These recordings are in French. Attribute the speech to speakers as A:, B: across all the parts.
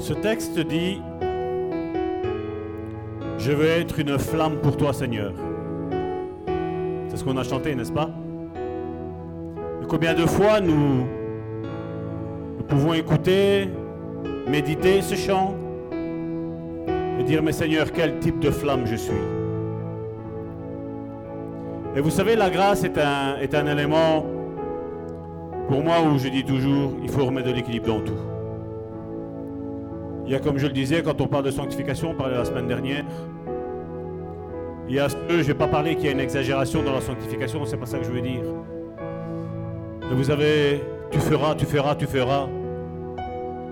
A: Ce texte dit, je veux être une flamme pour toi Seigneur. C'est ce qu'on a chanté, n'est-ce pas Et Combien de fois nous, nous pouvons écouter, méditer ce chant et dire, mais Seigneur, quel type de flamme je suis Et vous savez, la grâce est un, est un élément pour moi où je dis toujours, il faut remettre de l'équilibre dans tout. Il y a, comme je le disais, quand on parle de sanctification, on parlait la semaine dernière, il y a ceux, je ne vais pas parler qu'il y a une exagération dans la sanctification, c'est pas ça que je veux dire. Mais vous avez, tu feras, tu feras, tu feras,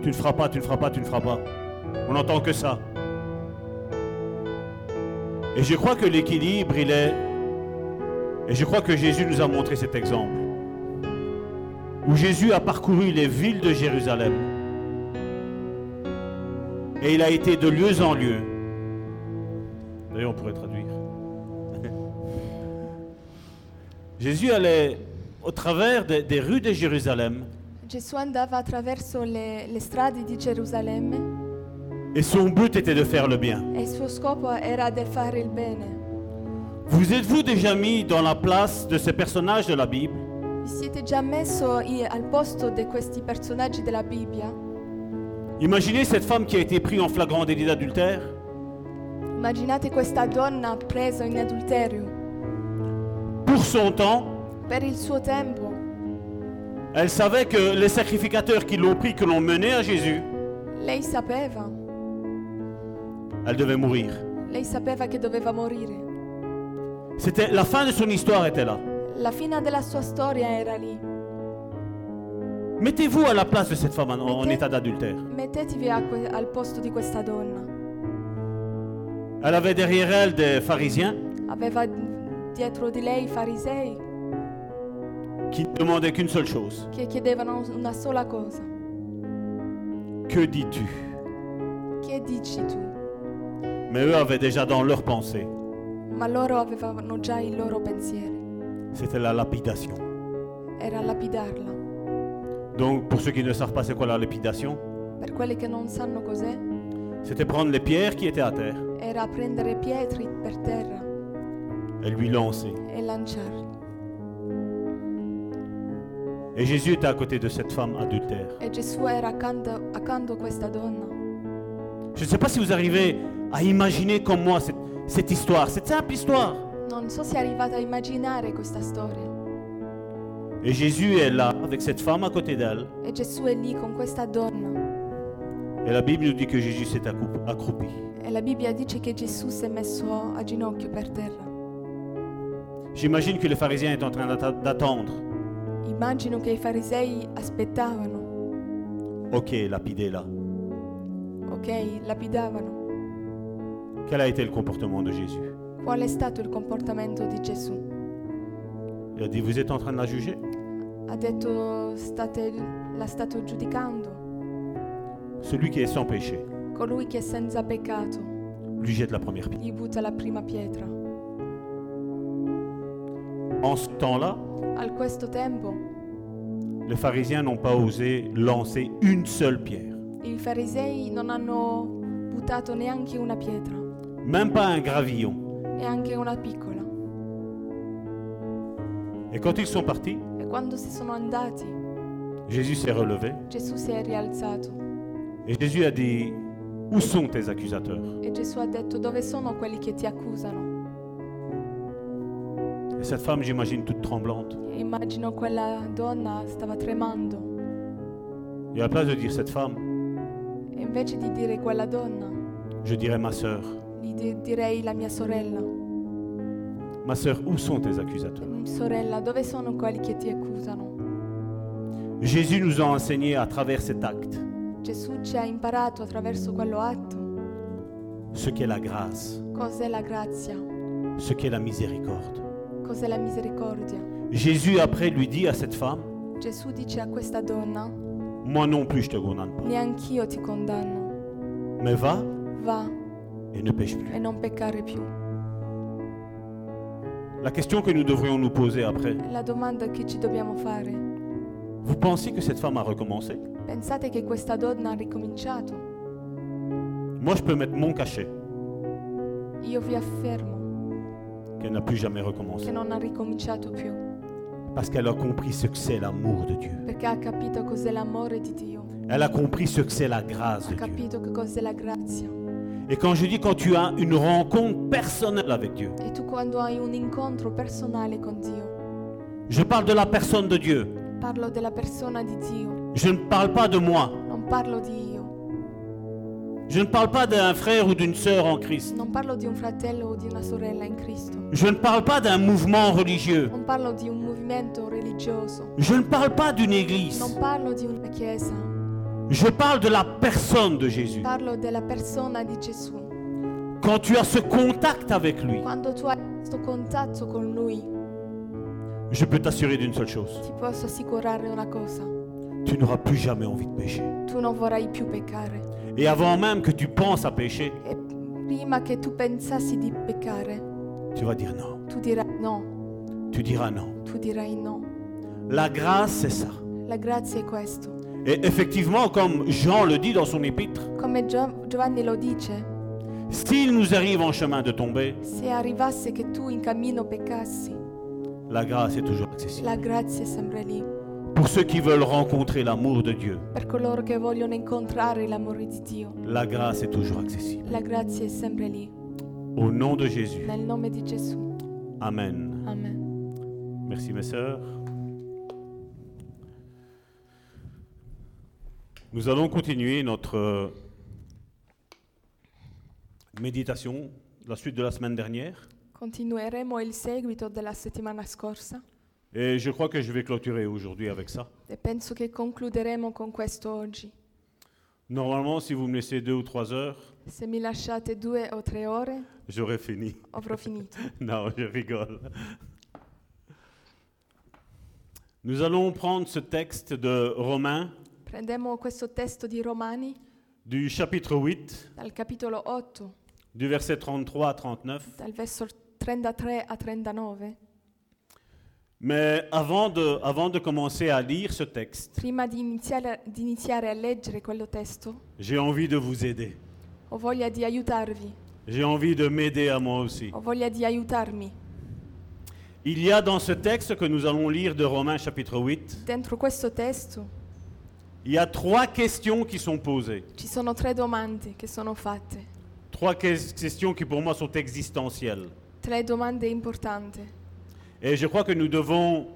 A: tu ne feras pas, tu ne feras pas, tu ne feras pas. On n'entend que ça. Et je crois que l'équilibre, il est, et je crois que Jésus nous a montré cet exemple, où Jésus a parcouru les villes de Jérusalem, et il a été de lieu en lieu. D'ailleurs, on pourrait traduire. Jésus allait au travers des, des rues de Jérusalem
B: Gesù andava attraverso le, le strade di Gerusalemme
A: et son but était de faire le bien.
B: e il suo scopo era di fare il bene.
A: Vous êtes-vous déjà mis dans la place de ces personnages de la Bible
B: Vi siete già messo i- al posto di questi personaggi della Bibbia?
A: Imaginez cette femme qui a été prise en flagrant délit d'adultère.
B: Immaginate questa donna presa in adulterio.
A: Pour son temps,
B: Per il suo tempo,
A: elle savait que les sacrificateurs qui l'ont pris, que l'ont mené à Jésus,
B: lei sapeva,
A: elle devait mourir.
B: lei sapeva che doveva morire.
A: C'était la fin de son histoire était là.
B: La fine della sua storia era lì.
A: Mettez-vous à la place de cette femme en, en
B: Mettez-
A: état d'adultère.
B: Mettetevi a que- al posto di questa donna.
A: Elle avait derrière elle des pharisiens
B: Aveva dietro di lei i farisei
A: qui ne demandaient qu'une seule chose
B: che chiedevano una sola cosa.
A: Que dis-tu
B: Che dici tu?
A: Mais eux avaient déjà dans leur pensée,
B: Ma loro avevano già il loro pensiero.
A: c'était la lapidation.
B: Era lapidarla.
A: Donc, pour ceux qui ne savent pas c'est quoi la lapidation,
B: Per quelli che non sanno cos'è,
A: c'était prendre les pierres qui étaient à terre
B: era prendere pietri per terra
A: et lui lancer.
B: e lanciarli.
A: Et Jésus était à côté de cette femme adultère.
B: E Gesù era accanto, accanto a questa donna.
A: Je ne sais pas si vous arrivez à imaginer comme moi cette, cette histoire, cette simple histoire.
B: Non so se è arrivata a immaginare questa storia.
A: Et Jésus est là avec cette femme à côté d'elle.
B: E Gesù è lì con questa donna.
A: Et la Bible nous dit que Jésus s'est accou- accroupi.
B: E la Bibbia dice che Gesù si è messo a ginocchio per terra.
A: J'imagine que les pharisiens étaient en train d'atta- d'attendre.
B: Immagino che i farisei aspettavano,
A: Ok, lapidé là.
B: ok, lapidavano.
A: Quel a été le comportement de Jésus
B: Qual è stato il comportamento di Gesù?
A: Il a dit, vous êtes en train de la juger
B: ha detto state, la stato giudicando.
A: Celui qui est sans péché,
B: Colui che è senza peccato
A: lui jette la première pierre.
B: gli butta la prima pietra.
A: En ce temps-là,
B: Al questo tempo
A: les pharisiens n'ont pas osé lancer une seule pierre.
B: i farisei non hanno buttato neanche una pietra,
A: Même pas un gravillon.
B: neanche una piccola.
A: Et quand ils sont partis,
B: E quando si sono andati,
A: Jésus s'est relevé
B: Gesù si è rialzato
A: Et Jésus a dit, où sont tes accusateurs
B: e Gesù ha detto dove sono quelli che ti accusano?
A: Et cette femme, j'imagine, toute tremblante.
B: E immagino quella donna stava tremando
A: Et à la place de dire cette femme,
B: e invece di dire quella donna
A: je dirais ma sœur.
B: gli di- direi la mia sorella.
A: Ma sœur, où sont tes accusateurs
B: Sorella, dove sono quelli che ti accusano?
A: Jésus nous a enseigné à travers cet acte
B: Gesù ci ha imparato attraverso quello atto
A: ce qu'est la grâce,
B: cos'è la grazia,
A: ce qu'est la miséricorde.
B: cos'è la misericordia.
A: Jésus après lui dit à cette femme,
B: Gesù dice a questa donna,
A: moi non plus je te condamne pas,
B: neanch'io ti condanno,
A: mais va
B: va
A: et ne pêche plus.
B: e non peccare più.
A: La question que nous devrions nous poser après,
B: La domanda che ci dobbiamo fare,
A: vous pensez que cette femme a recommencé
B: pensate che questa donna ha ricominciato?
A: Moi, je peux mettre mon cachet
B: Io vi affermo
A: qu'elle n'a plus jamais
B: che
A: recommencé.
B: non ha ricominciato più,
A: Parce qu'elle a compris ce que c'est l'amour de Dieu.
B: perché ha capito cos'è l'amore di Dio,
A: Elle a compris ce que c'est la grâce
B: ha
A: de Dieu.
B: capito che cos'è la grazia.
A: Et quand je dis quand tu as une rencontre personnelle avec Dieu,
B: E tu quando hai un incontro personale con Dio,
A: je parle de la personne de Dieu.
B: parlo della persona di Dio,
A: Je ne parle pas de moi.
B: non parlo di io,
A: Je ne parle pas d'un frère ou d'une sœur en Christ.
B: non parlo di un fratello o di una sorella in Cristo,
A: Je ne parle pas d'un mouvement religieux.
B: non parlo di un movimento religioso,
A: Je ne parle pas d'une église.
B: non parlo di una chiesa,
A: Je parle de la personne de Jésus.
B: parlo della persona di Gesù.
A: Quand tu as ce contact avec lui,
B: Quando tu hai questo contatto con Lui,
A: je peux t'assurer d'une seule chose.
B: ti posso assicurare una cosa,
A: Tu n'auras plus jamais envie de pécher.
B: tu non vorrai più peccare.
A: Et avant même que tu penses à pécher,
B: E prima che tu pensassi di peccare,
A: tu vas dire non.
B: tu dirai no,
A: Tu diras non.
B: tu dirai no.
A: La grâce, c'est ça.
B: La grazia è questo.
A: Et effectivement, comme Jean le dit dans son épître,
B: Come Gio- Giovanni lo dice,
A: s'il nous arrive en chemin de tomber,
B: Se arrivasse che tu in cammino peccassi,
A: la grâce est toujours accessible.
B: la grazia è sempre lì.
A: Pour ceux qui veulent rencontrer l'amour de Dieu,
B: Per coloro che vogliono incontrare l'amore di Dio,
A: la grâce est toujours accessible.
B: la grazia è sempre lì.
A: Au nom de Jésus.
B: Nel nome di Gesù.
A: Amen.
B: Amen.
A: Merci mes sœurs. Nous allons continuer notre euh, méditation, la suite de la semaine dernière.
B: Continueremo il seguito della settimana scorsa
A: Et je crois que je vais clôturer aujourd'hui avec ça.
B: e penso che concluderemo con questo oggi.
A: Normalement, si vous me laissez deux ou trois heures,
B: Se mi lasciate due o tre ore,
A: j'aurais fini.
B: avrò finito.
A: Non, je rigole. Nous allons prendre ce texte de Romains
B: Prendiamo questo testo di Romani
A: du chapitre 8,
B: dal capitolo 8,
A: du verset 33 à 39.
B: dal verso 33 a 39.
A: Mais avant de, avant de commencer à lire ce texte,
B: Prima di iniziare, di iniziare a leggere quello testo,
A: j'ai envie de vous aider.
B: Ho voglia di aiutarvi,
A: J'ai envie de m'aider à moi aussi.
B: ho voglia di aiutarmi.
A: Il y a dans ce texte que nous allons lire de Romains chapitre 8,
B: Dentro questo testo
A: il y a trois questions qui sont posées.
B: ci sono tre domande che sono fatte,
A: Trois que- questions qui pour moi sont existentielles.
B: tre domande importanti
A: Et je crois que nous devons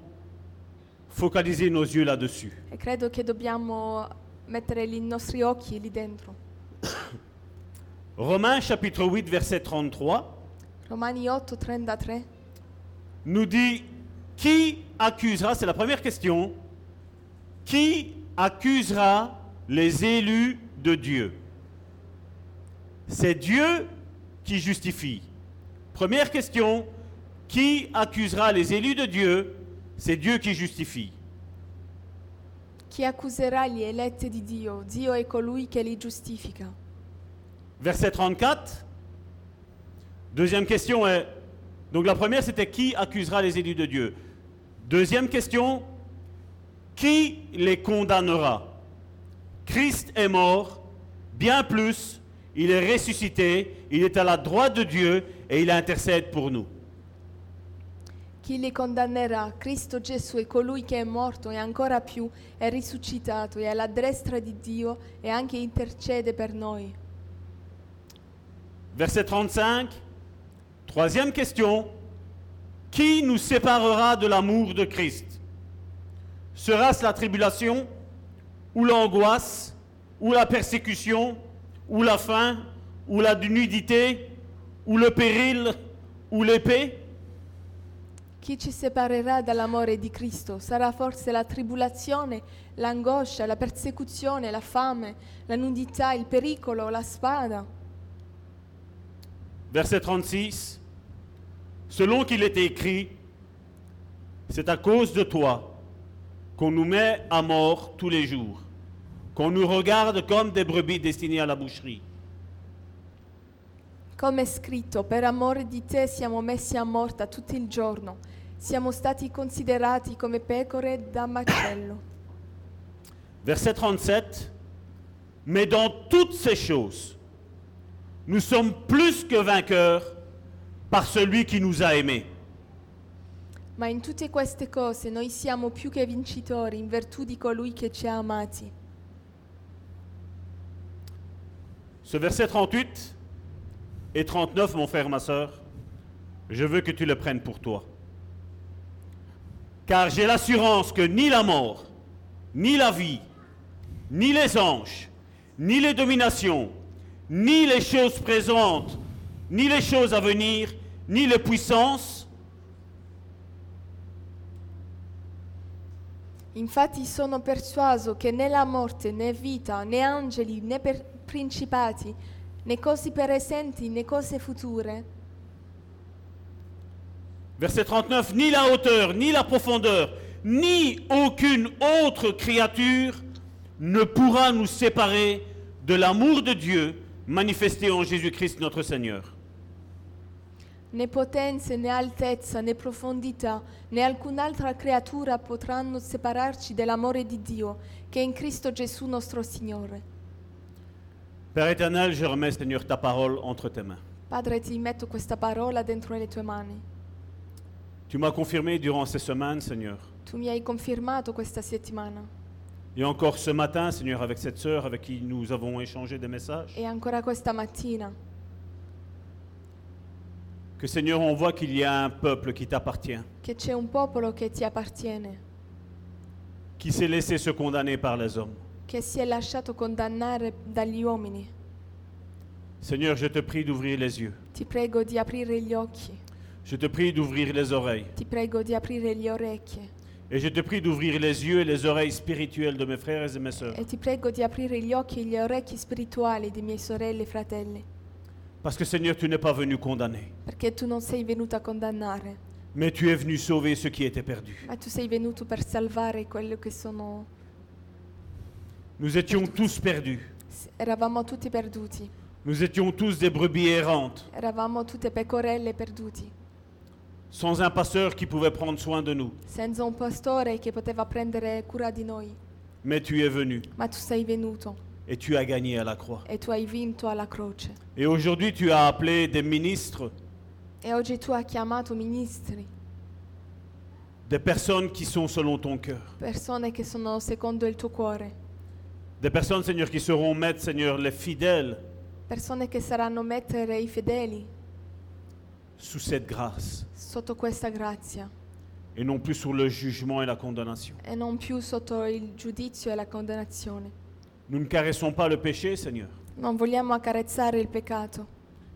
A: focaliser nos yeux là-dessus.
B: e credo che dobbiamo mettere i nostri occhi lì dentro.
A: Romains chapitre 8, verset 33
B: Romani 8:33
A: nous dit, qui accusera, c'est la première question, qui accusera les élus de Dieu C'est Dieu qui justifie. Première question, qui accusera les élus de Dieu C'est Dieu qui justifie.
B: Chi accuserà gli eletti di Dio? Dio è colui che li giustifica.
A: Verset 34. Deuxième question est, donc la première c'était qui accusera les élus de Dieu Deuxième question, qui les condamnera Christ est mort, bien plus, il est ressuscité, il est à la droite de Dieu et il intercède pour nous.
B: Chi li condannerà? Cristo Gesù è colui che è morto e ancora più è risuscitato e è alla destra di Dio e anche intercede per noi.
A: Verset 35. Troisième question. Qui nous séparera de l'amour de Christ Sera-ce la tribulation ou l'angoisse ou la persécution ou la faim ou la nudité ou le péril ou l'épée
B: Chi ci separerà dall'amore di Cristo? Sarà forse la tribolazione, l'angoscia, la persecuzione, la fame, la nudità, il pericolo, la spada?
A: Verset 36. Selon qu'il est écrit, c'est à cause de toi qu'on nous met à mort tous les jours, qu'on nous regarde comme des brebis destinées à la boucherie.
B: Come è scritto, per amore di te siamo messi a morta tutto il giorno, siamo stati considerati come pecore da macello.
A: Verset 37. Mais dans toutes ces choses, Nous sommes plus que vainqueurs par celui qui nous a aimés.
B: Ma in tutte queste cose noi siamo più che vincitori in virtù di colui che ci ha amati.
A: Ce verset 38 et 39, mon frère, ma soeur, je veux que tu le prennes pour toi. Car j'ai l'assurance que ni la mort, ni la vie, ni les anges, ni les dominations, ni les choses présentes, ni les choses à venir, ni les puissances,
B: Infatti sono persuaso che né la morte, né vita, né angeli, né per- principati, né cose presenti, né cose future,
A: Verset 39, ni la hauteur, ni la profondeur, ni aucune autre créature ne pourra nous séparer de l'amour de Dieu manifesté en Jésus-Christ notre Seigneur.
B: né potenze, né altezza, né profondità, né alcun'altra creatura potranno separarci dell'amore di Dio che è in Cristo Gesù nostro Signore.
A: Père éternel, je remets, Seigneur, ta parole entre tes mains.
B: Padre, ti metto questa parola dentro le tue mani.
A: Tu m'as confirmé durant ces semaines, Seigneur,
B: Tu mi hai confermato questa settimana
A: et encore ce matin, Seigneur, avec cette sœur avec qui nous avons échangé des messages,
B: e ancora questa mattina
A: que, Seigneur, on voit qu'il y a un peuple qui t'appartient,
B: che c'è un popolo che ti appartiene,
A: qui s'est laissé se condamner par les hommes.
B: che si è lasciato condannare dagli uomini.
A: Seigneur, je te prie d'ouvrir les yeux,
B: Ti prego di aprire gli occhi,
A: je te prie d'ouvrir les oreilles.
B: ti prego di aprire le orecchie
A: Et je te prie d'ouvrir les yeux et les oreilles spirituelles de mes frères et de mes sœurs.
B: e ti prego di aprire gli occhi e le orecchie spirituali di miei sorelle e fratelli,
A: Parce que Seigneur, tu n'es pas venu condamner,
B: perché tu non sei venuto a condannare,
A: mais tu es venu sauver ceux qui étaient perdus.
B: ma tu sei venuto per salvare quelli che sono...
A: Nous étions tous perdus.
B: Eravamo tutti perduti,
A: Nous étions tous des brebis errantes,
B: eravamo tutte pecorelle perduti,
A: sans un pasteur qui pouvait prendre soin de nous.
B: senza un pastore che poteva prendere cura di noi.
A: Mais tu es venu
B: Ma tu sei venuto
A: et tu as gagné à la croix.
B: e tu hai vinto alla croce.
A: Et aujourd'hui, tu as appelé des ministres,
B: E oggi tu hai chiamato ministri,
A: des personnes qui sont selon ton cœur.
B: persone che sono secondo il tuo cuore,
A: Des personnes, Seigneur, qui seront maîtres, Seigneur, les fidèles
B: persone che saranno mettere i fedeli
A: sous cette grâce
B: sotto questa grazia
A: et non plus sous le jugement et la condamnation.
B: e non più sotto il giudizio e la condannazione.
A: Nous ne caressons pas le péché, Seigneur.
B: Non vogliamo accarezzare il peccato,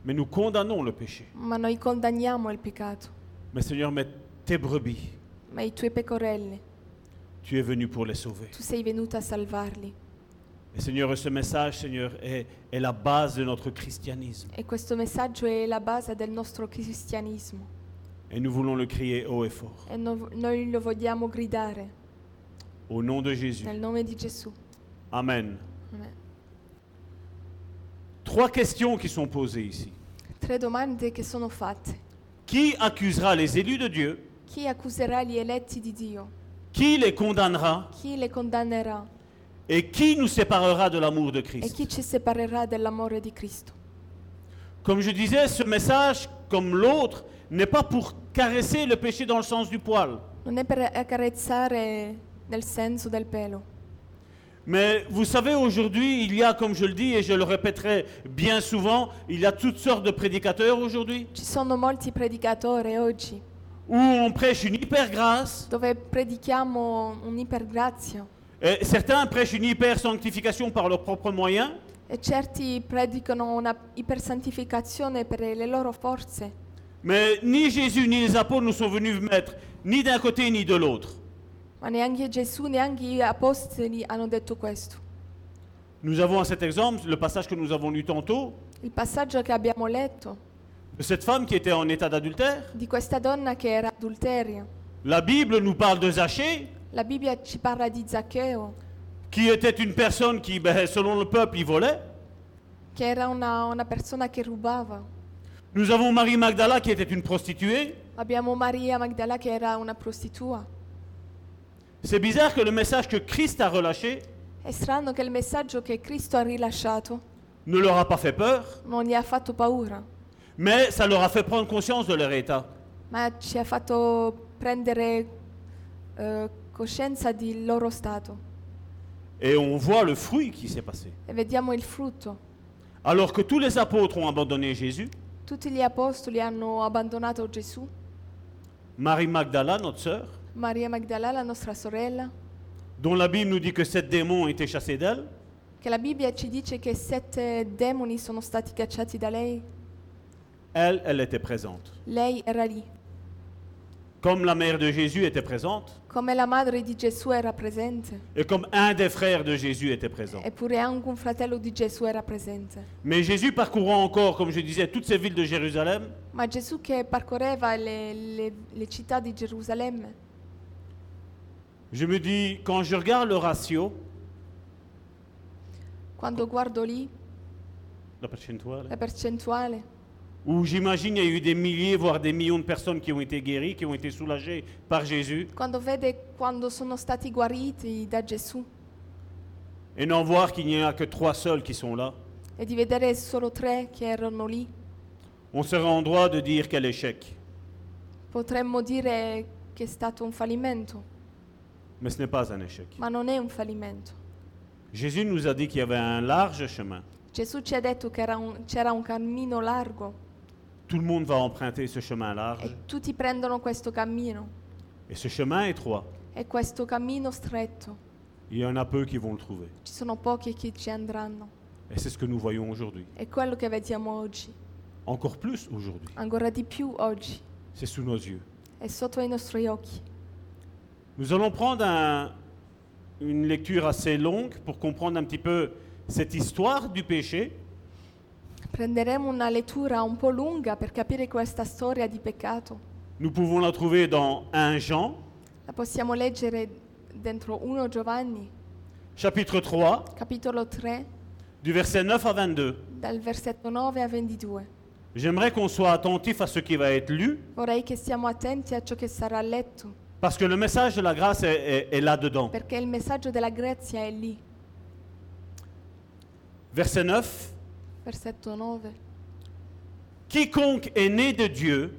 A: Mais nous condamnons le péché.
B: ma noi condanniamo il peccato.
A: Mais Seigneur, mais tes brebis,
B: Ma i tuoi pecorelli,
A: tu es venu pour les sauver.
B: tu sei venuta a salvarli.
A: Et Seigneur, ce message, Seigneur, est, est la base de notre christianisme.
B: E questo messaggio è la base del nostro cristianesimo
A: Et nous voulons le crier haut et fort.
B: e no- noi lo vogliamo gridare
A: Au nom de Jésus.
B: nel nome di Gesù.
A: Amen.
B: Amen.
A: Trois questions qui sont posées ici.
B: Tre domande che sono fatte.
A: Qui accusera les élus de Dieu
B: Chi accuserà gli eletti di Dio?
A: Qui les condamnera
B: Chi le condannerà?
A: Et qui nous séparera de l'amour de
B: E chi
A: Christ
B: ci separerà dell'amore di Cristo?
A: Comme je disais, ce message, comme l'autre, n'est pas pour caresser le péché dans le sens du poil.
B: Non è per accarezzare nel senso del pelo,
A: Mais vous savez, aujourd'hui, il y a, comme je le dis et je le répéterai bien souvent, il y a toutes sortes de prédicateurs aujourd'hui
B: ci sono molti predicatori oggi
A: où on prêche une hyper grâce.
B: dove predichiamo un'ipergrazia
A: Et certains prêchent une hyper sanctification par leurs propres moyens.
B: e certi predicano una ipersantificazione per le loro forze,
A: Mais ni Jésus ni les apôtres ne sont venus mettre ni d'un côté ni de l'autre.
B: ma neanche Gesù, neanche gli apostoli hanno detto questo.
A: Nous avons à cet exemple le passage que nous avons lu tantôt
B: Il passaggio che abbiamo letto
A: de cette femme qui était en état d'adultère.
B: di questa donna che era adulteria,
A: La Bible nous parle de Zachée,
B: la Bibbia ci parla di Zaccheo,
A: qui était une personne qui, ben, selon le peuple, il volait.
B: che era una, una persona che rubava.
A: Nous avons Marie Magdala qui était une prostituée.
B: Abbiamo Maria Magdala che era una prostitua.
A: C'est bizarre que le message que Christ a relâché
B: È strano che il messaggio che Cristo ha rilasciato
A: ne leur a pas fait peur,
B: non gli ha fatto paura,
A: mais ça leur a fait prendre conscience de leur état.
B: ma ci ha fatto prendere eh, coscienza del loro stato.
A: Et on voit le fruit qui s'est passé.
B: E vediamo il frutto.
A: Alors que tous les apôtres ont abandonné Jésus,
B: Tutti gli apostoli hanno abbandonato Gesù,
A: Marie Magdala, notre sœur,
B: Maria Magdala, la nostra sorella,
A: dont la Bible nous dit que sept démons ont été chassés d'elle,
B: che la Bibbia ci dice che sette demoni sono stati cacciati da lei.
A: elle, elle était présente.
B: Lei era lì.
A: Comme la mère de Jésus était présente,
B: Come la madre di Gesù era presente,
A: et comme un des frères de Jésus était présent.
B: eppure anche un fratello di Gesù era presente.
A: Mais Jésus parcourant encore, comme je disais, toutes ces villes de Jérusalem,
B: Ma Gesù che percorreva le, le- le città di Gerusalemme,
A: je me dis, quand je regarde le ratio,
B: quando guardo lì
A: la percentuale,
B: la percentuale,
A: où j'imagine il y a eu des milliers, voire des millions de personnes qui ont été guéries, qui ont été soulagées par Jésus,
B: quando vede quando sono stati guariti da Gesù
A: et n'en voir qu'il n'y en a que trois seuls qui sont là,
B: e di vedere solo tre che erano lì,
A: on serait en droit de dire quel échec.
B: potremmo dire che è stato un fallimento,
A: Mais ce n'est pas un échec.
B: ma non è un fallimento.
A: Jésus nous a dit qu'il y avait un large chemin.
B: Gesù ci ha detto che era un- c'era un cammino largo
A: Tout le monde va emprunter ce chemin large
B: e tutti prendono questo cammino
A: et ce chemin étroit.
B: e questo cammino stretto.
A: Il y en a peu qui vont le trouver.
B: Ci sono pochi che ci andranno.
A: Et c'est ce que nous voyons aujourd'hui.
B: È quello che vediamo oggi,
A: Encore plus aujourd'hui.
B: ancora di più oggi,
A: C'est sous nos yeux.
B: è sotto i nostri occhi.
A: Nous allons prendre un- une lecture assez longue pour comprendre un petit peu cette histoire du péché.
B: Prenderemo una lettura un po' lunga per capire questa storia di peccato.
A: Nous pouvons la trouver dans 1 Jean,
B: La possiamo leggere dentro 1 Giovanni,
A: chapitre 3,
B: capitolo 3,
A: du verset 9 à 22.
B: dal versetto 9 a 22.
A: J'aimerais qu'on soit attentif à ce qui va être lu,
B: Vorrei che stiamo attenti a ciò che sarà letto,
A: parce que le message de la grâce est- est- est là-dedans.
B: perché il messaggio della grazia è lì.
A: Verset 9.
B: Versetto 9.
A: Quiconque est né de Dieu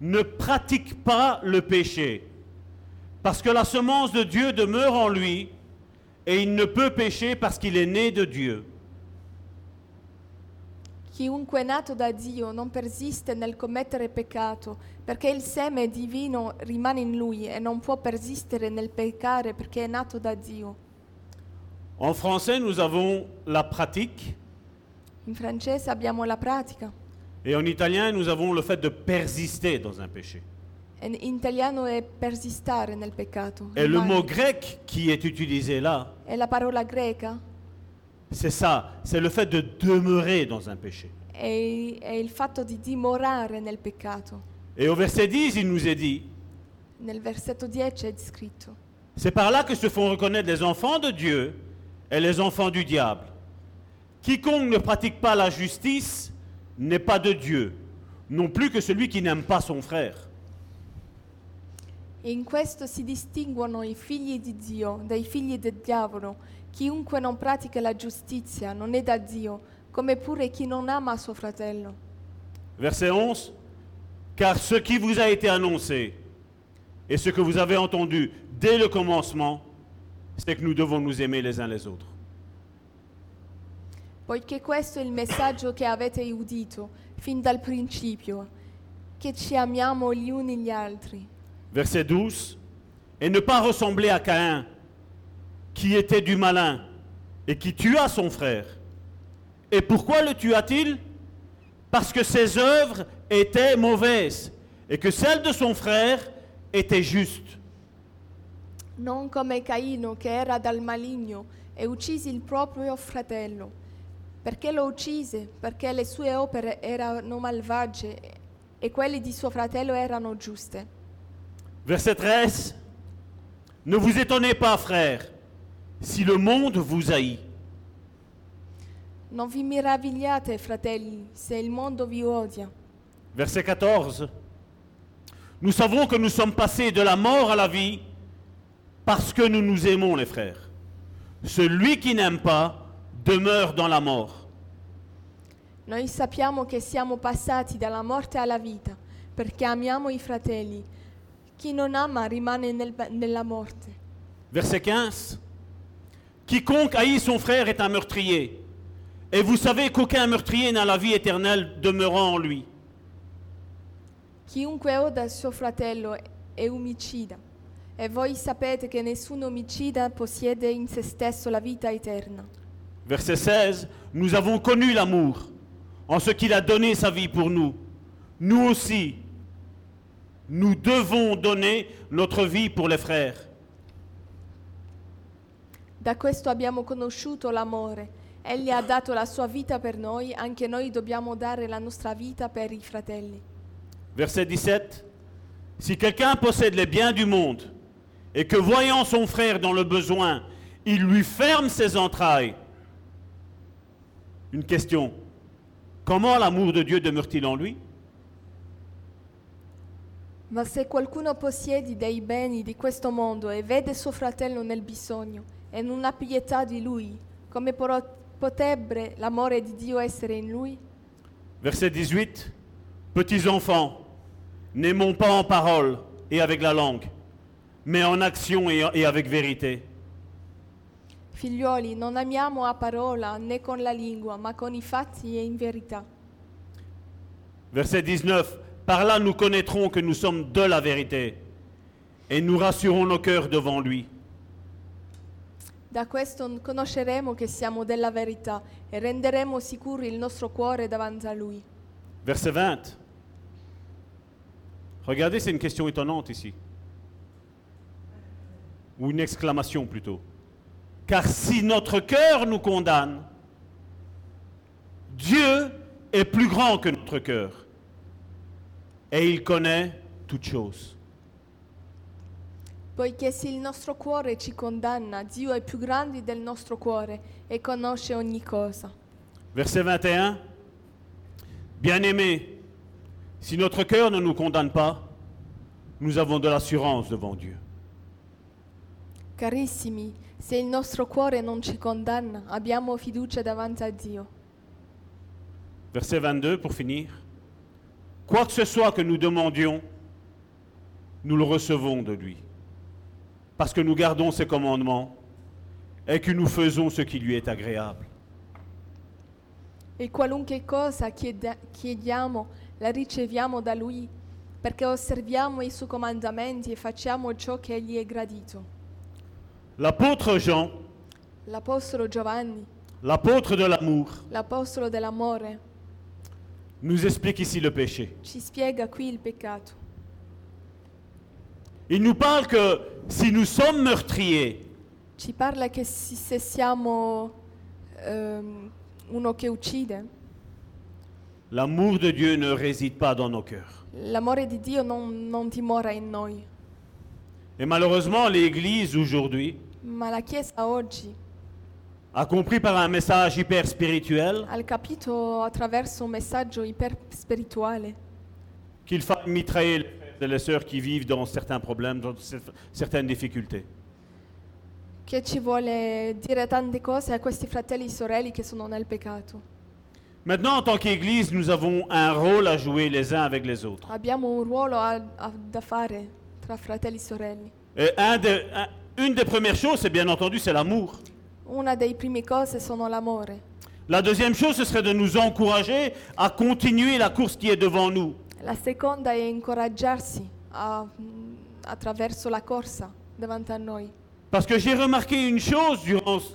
A: ne pratique pas le péché, parce que la semence de Dieu demeure en lui, et il ne peut pécher parce qu'il est né de Dieu.
B: Chiunque è nato da Dio non persiste nel commettere peccato, perché il seme divino rimane in lui e non può persistere nel peccare perché è nato da Dio.
A: En français, nous avons la pratique,
B: In francese abbiamo la pratica,
A: et en italien, nous avons le fait de persister dans un péché.
B: e in italiano è persistare nel peccato.
A: Et le
B: rimane.
A: mot grec qui est utilisé là,
B: E la parola greca
A: c'est ça, c'est le fait de demeurer dans un péché.
B: è, è il fatto di dimorare nel peccato.
A: Et au verset 10, il nous est dit,
B: Nel versetto 10 è scritto.
A: C'est par là que se font reconnaître les enfants de Dieu et les enfants du diable. Quiconque ne pratique pas la justice n'est pas de Dieu, non plus que celui qui n'aime pas son frère.
B: E in questo si distinguono i figli di Dio dai figli del diavolo. Chiunque non pratica la giustizia non è da Dio, come pure chi non ama suo fratello.
A: Verset 11. Car ce qui vous a été annoncé et ce que vous avez entendu dès le commencement, c'est que nous devons nous aimer les uns les autres.
B: Poiché questo è il messaggio che avete udito fin dal principio, che ci amiamo gli uni gli altri.
A: Verset 12. Et ne pas ressembler à Caïn, qui était du malin et qui tua son frère. Et pourquoi le tua-t-il Parce que ses œuvres étaient mauvaises et que celles de son frère étaient justes.
B: Non come Caino che era dal maligno e uccise il proprio fratello. Perché lo uccise? Perché le sue opere erano malvagie e quelle di suo fratello erano giuste.
A: Verset 13. Ne vous étonnez pas, frères, si le monde vous haït.
B: Non vi meravigliate, fratelli, se il mondo vi odia.
A: Verset 14. Nous savons que nous sommes passés de la mort à la vie parce que nous nous aimons, les frères. Celui qui n'aime pas demeure dans la mort.
B: Noi sappiamo che siamo passati dalla morte alla vita perché amiamo i fratelli. Chi non ama rimane nel- nella morte.
A: Verset 15. Quiconque haït son frère est un meurtrier. Et vous savez qu'aucun meurtrier n'a la vie éternelle demeurant en lui.
B: Chiunque oda suo fratello è omicida. E voi sapete che nessun omicida possiede in se stesso la vita eterna.
A: Verset 16. Nous avons connu l'amour en ce qu'il a donné sa vie pour nous. Nous aussi, nous devons donner notre vie pour les frères.
B: Da questo abbiamo conosciuto l'amore. Egli ha dato la sua vita per noi, anche noi dobbiamo dare la nostra vita per i fratelli.
A: Verset 17. Si quelqu'un possède les biens du monde et que voyant son frère dans le besoin, il lui ferme ses entrailles. Une question. Comment l'amour de Dieu demeure-t-il en lui
B: Ma se qualcuno possiede dei beni di questo mondo e vede suo fratello nel bisogno e non ha pietà di lui, come por- potrebbe l'amore di Dio essere in lui?
A: Verset 18. Petits enfants, n'aimons pas en parole et avec la langue, mais en action et et avec vérité.
B: Figlioli, non amiamo a parola né con la lingua, ma con i fatti e in verità.
A: Verset 19. Par là nous connaîtrons que nous sommes de la vérité et nous rassurons nos cœurs devant lui.
B: Da questo conosceremo che siamo della verità e renderemo sicuri il nostro cuore davanti a lui.
A: Verset 20. Regardez, c'est une question étonnante ici. Ou une exclamation plutôt. Car si notre cœur nous condamne, Dieu est plus grand que notre cœur. Et il connaît toutes choses.
B: Poiché se il nostro cuore ci condanna, Dio è più grande del nostro cuore e conosce ogni cosa.
A: Verset 21. Bien-aimés, si notre cœur ne nous condamne pas, nous avons de l'assurance devant Dieu.
B: Carissimi, se il nostro cuore non ci condanna, abbiamo fiducia davanti a Dio.
A: Verset 22 pour finir. Quoi que ce soit que nous demandions, nous le recevons de lui. Parce que nous gardons ses commandements et que nous faisons ce qui lui est agréable.
B: E qualunque cosa chieda- chiediamo, la riceviamo da Lui, perché osserviamo i Suoi comandamenti e facciamo ciò che Gli è gradito.
A: L'apôtre Jean,
B: L'Apostolo Giovanni,
A: l'apôtre de l'amour,
B: l'Apostolo dell'amore,
A: nous explique ici le péché.
B: ci spiega qui il peccato.
A: Il nous parle que si nous sommes meurtriers,
B: Ci parla che si- se siamo ehm, uno che uccide,
A: l'amour de Dieu ne réside pas dans nos cœurs.
B: l'amore di Dio non, non dimora in noi.
A: Et malheureusement, l'Église aujourd'hui
B: Ma la Chiesa oggi
A: a compris par un message hyper spirituel
B: ha capito attraverso un messaggio iperspirituale
A: qu'il faille mitrailler les frères et les sœurs qui vivent dans certains problèmes, dans cer- certaines difficultés.
B: che ci vuole dire tante cose a questi fratelli e sorelle che sono nel peccato.
A: Maintenant, en tant qu'Église, nous avons un rôle à jouer les uns avec les autres.
B: Abbiamo un ruolo a- a- da fare tra fratelli e sorelle.
A: Et un des- un- une des premières choses, c'est bien entendu, c'est l'amour.
B: Una delle prime cose sono l'amore.
A: La deuxième chose, ce serait de nous encourager à continuer la course qui est devant nous.
B: La seconda è incoraggiarsi a- attraverso la corsa davanti a noi.
A: Parce que j'ai remarqué une chose durant c-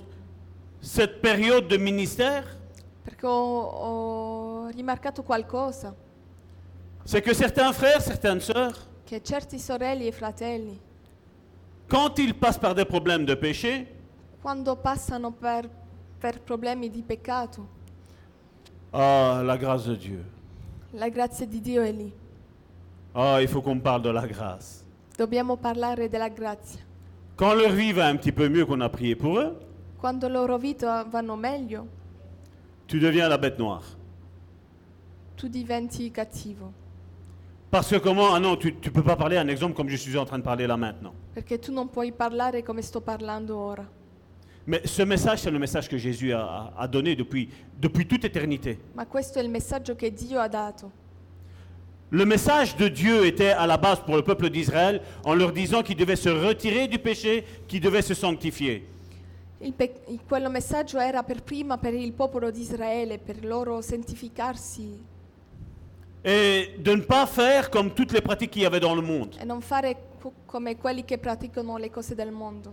A: cette période de ministère,
B: Perché ho, ho rimarcato qualcosa,
A: c'est que certains frères, certaines sœurs,
B: che certi sorelli e fratelli,
A: quand ils passent par des problèmes de péché,
B: quando passano per, per problemi di peccato,
A: ah, la grâce de Dieu.
B: la grazia di Dio è lì.
A: Ah, il faut qu'on me parle de la grâce.
B: Dobbiamo parlare della grazia.
A: Quand leur vie va un petit peu mieux qu'on a prié pour eux,
B: Quando loro vita vanno meglio,
A: tu deviens la bête noire.
B: tu diventi cattivo,
A: Parce que comment Ah non, tu ne peux pas parler un exemple comme je suis en train de parler là maintenant.
B: perché tu non puoi parlare come sto parlando ora.
A: Mais ce message, c'est le message que Jésus a, a donné depuis, depuis toute éternité.
B: Ma questo è il messaggio che Dio ha dato.
A: Le message de Dieu était à la base pour le peuple d'Israël en leur disant qu'ils devaient se retirer du péché, qu'ils devaient se sanctifier.
B: Il pe- il- quello messaggio era per prima per il popolo di Israele, per loro santificarsi
A: Et de ne pas faire comme toutes les pratiques qu'il y avait dans le monde.
B: e non fare co- come quelli che praticano le cose del mondo.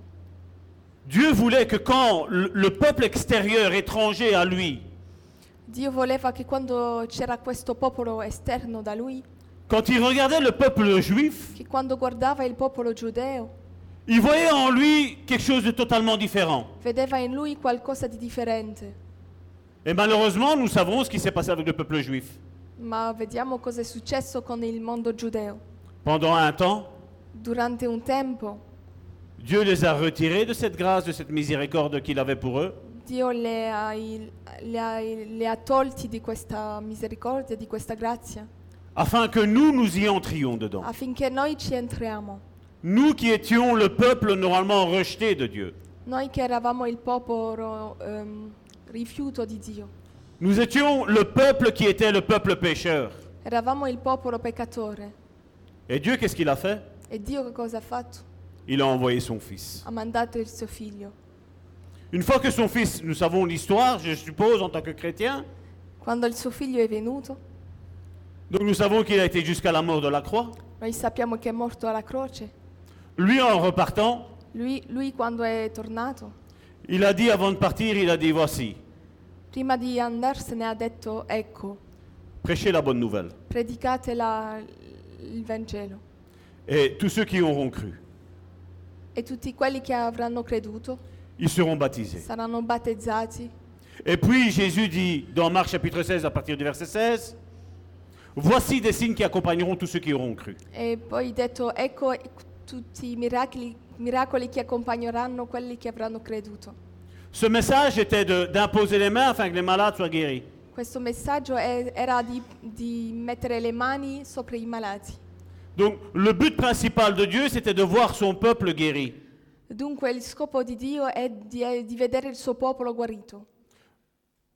A: Dieu voulait que quand le le peuple extérieur, étranger à lui,
B: Dio voleva che quando c'era questo popolo esterno da lui,
A: quand il regardait le peuple juif,
B: che quando guardava il popolo giudeo,
A: il voyait en lui quelque chose de totalement différent.
B: vedeva in lui qualcosa di differente.
A: Et malheureusement, nous savons ce qui s'est passé avec le peuple juif.
B: Ma vediamo cosa è successo con il mondo giudeo.
A: Pendant un temps,
B: Durante un tempo
A: Dieu les a retirés de cette grâce, de cette miséricorde qu'il avait pour eux.
B: Dio le ha, il- le ha- le ha tolti di questa misericordia, di questa grazia,
A: afin que nous, nous y entrions dedans.
B: affinché noi ci entriamo.
A: Nous qui étions le peuple normalement rejeté de Dieu.
B: Noi che eravamo il popolo ehm, rifiuto di Dio,
A: Nous étions le peuple qui était le peuple pécheur.
B: eravamo il popolo peccatore.
A: Et Dieu, qu'est-ce qu'il a fait
B: E Dio che cosa ha fatto?
A: Il a envoyé son fils.
B: Ha mandato il suo figlio.
A: Une fois que son fils, nous savons l'histoire, je suppose, en tant que chrétien,
B: Quando il suo figlio è venuto,
A: donc nous savons qu'il a été jusqu'à la mort de la croix.
B: noi sappiamo che è morto alla croce.
A: Lui, en repartant,
B: Lui, lui quando è tornato,
A: il a dit avant de partir, il a dit, voici,
B: prima di andarsene ha detto, ecco,
A: prêchez la bonne nouvelle.
B: predicate la- il Vangelo.
A: Et tous ceux qui y auront cru,
B: E tutti quelli che avranno creduto
A: ils seront baptisés.
B: saranno battezzati.
A: Et puis Jésus dit dans Marc chapitre 16 à partir du verset 16, Voici des signes qui accompagneront tous ceux qui auront cru.
B: E poi detto, ecco tutti i miracoli, miracoli che accompagneranno quelli che avranno creduto.
A: Ce message était de- d'imposer les mains afin que les malades soient guéris.
B: Questo messaggio è- era di, di mettere le mani sopra i malati.
A: Donc le but principal de Dieu, c'était de voir son peuple guéri.
B: Dunque il scopo di Dio è di, è di vedere il suo popolo guarito.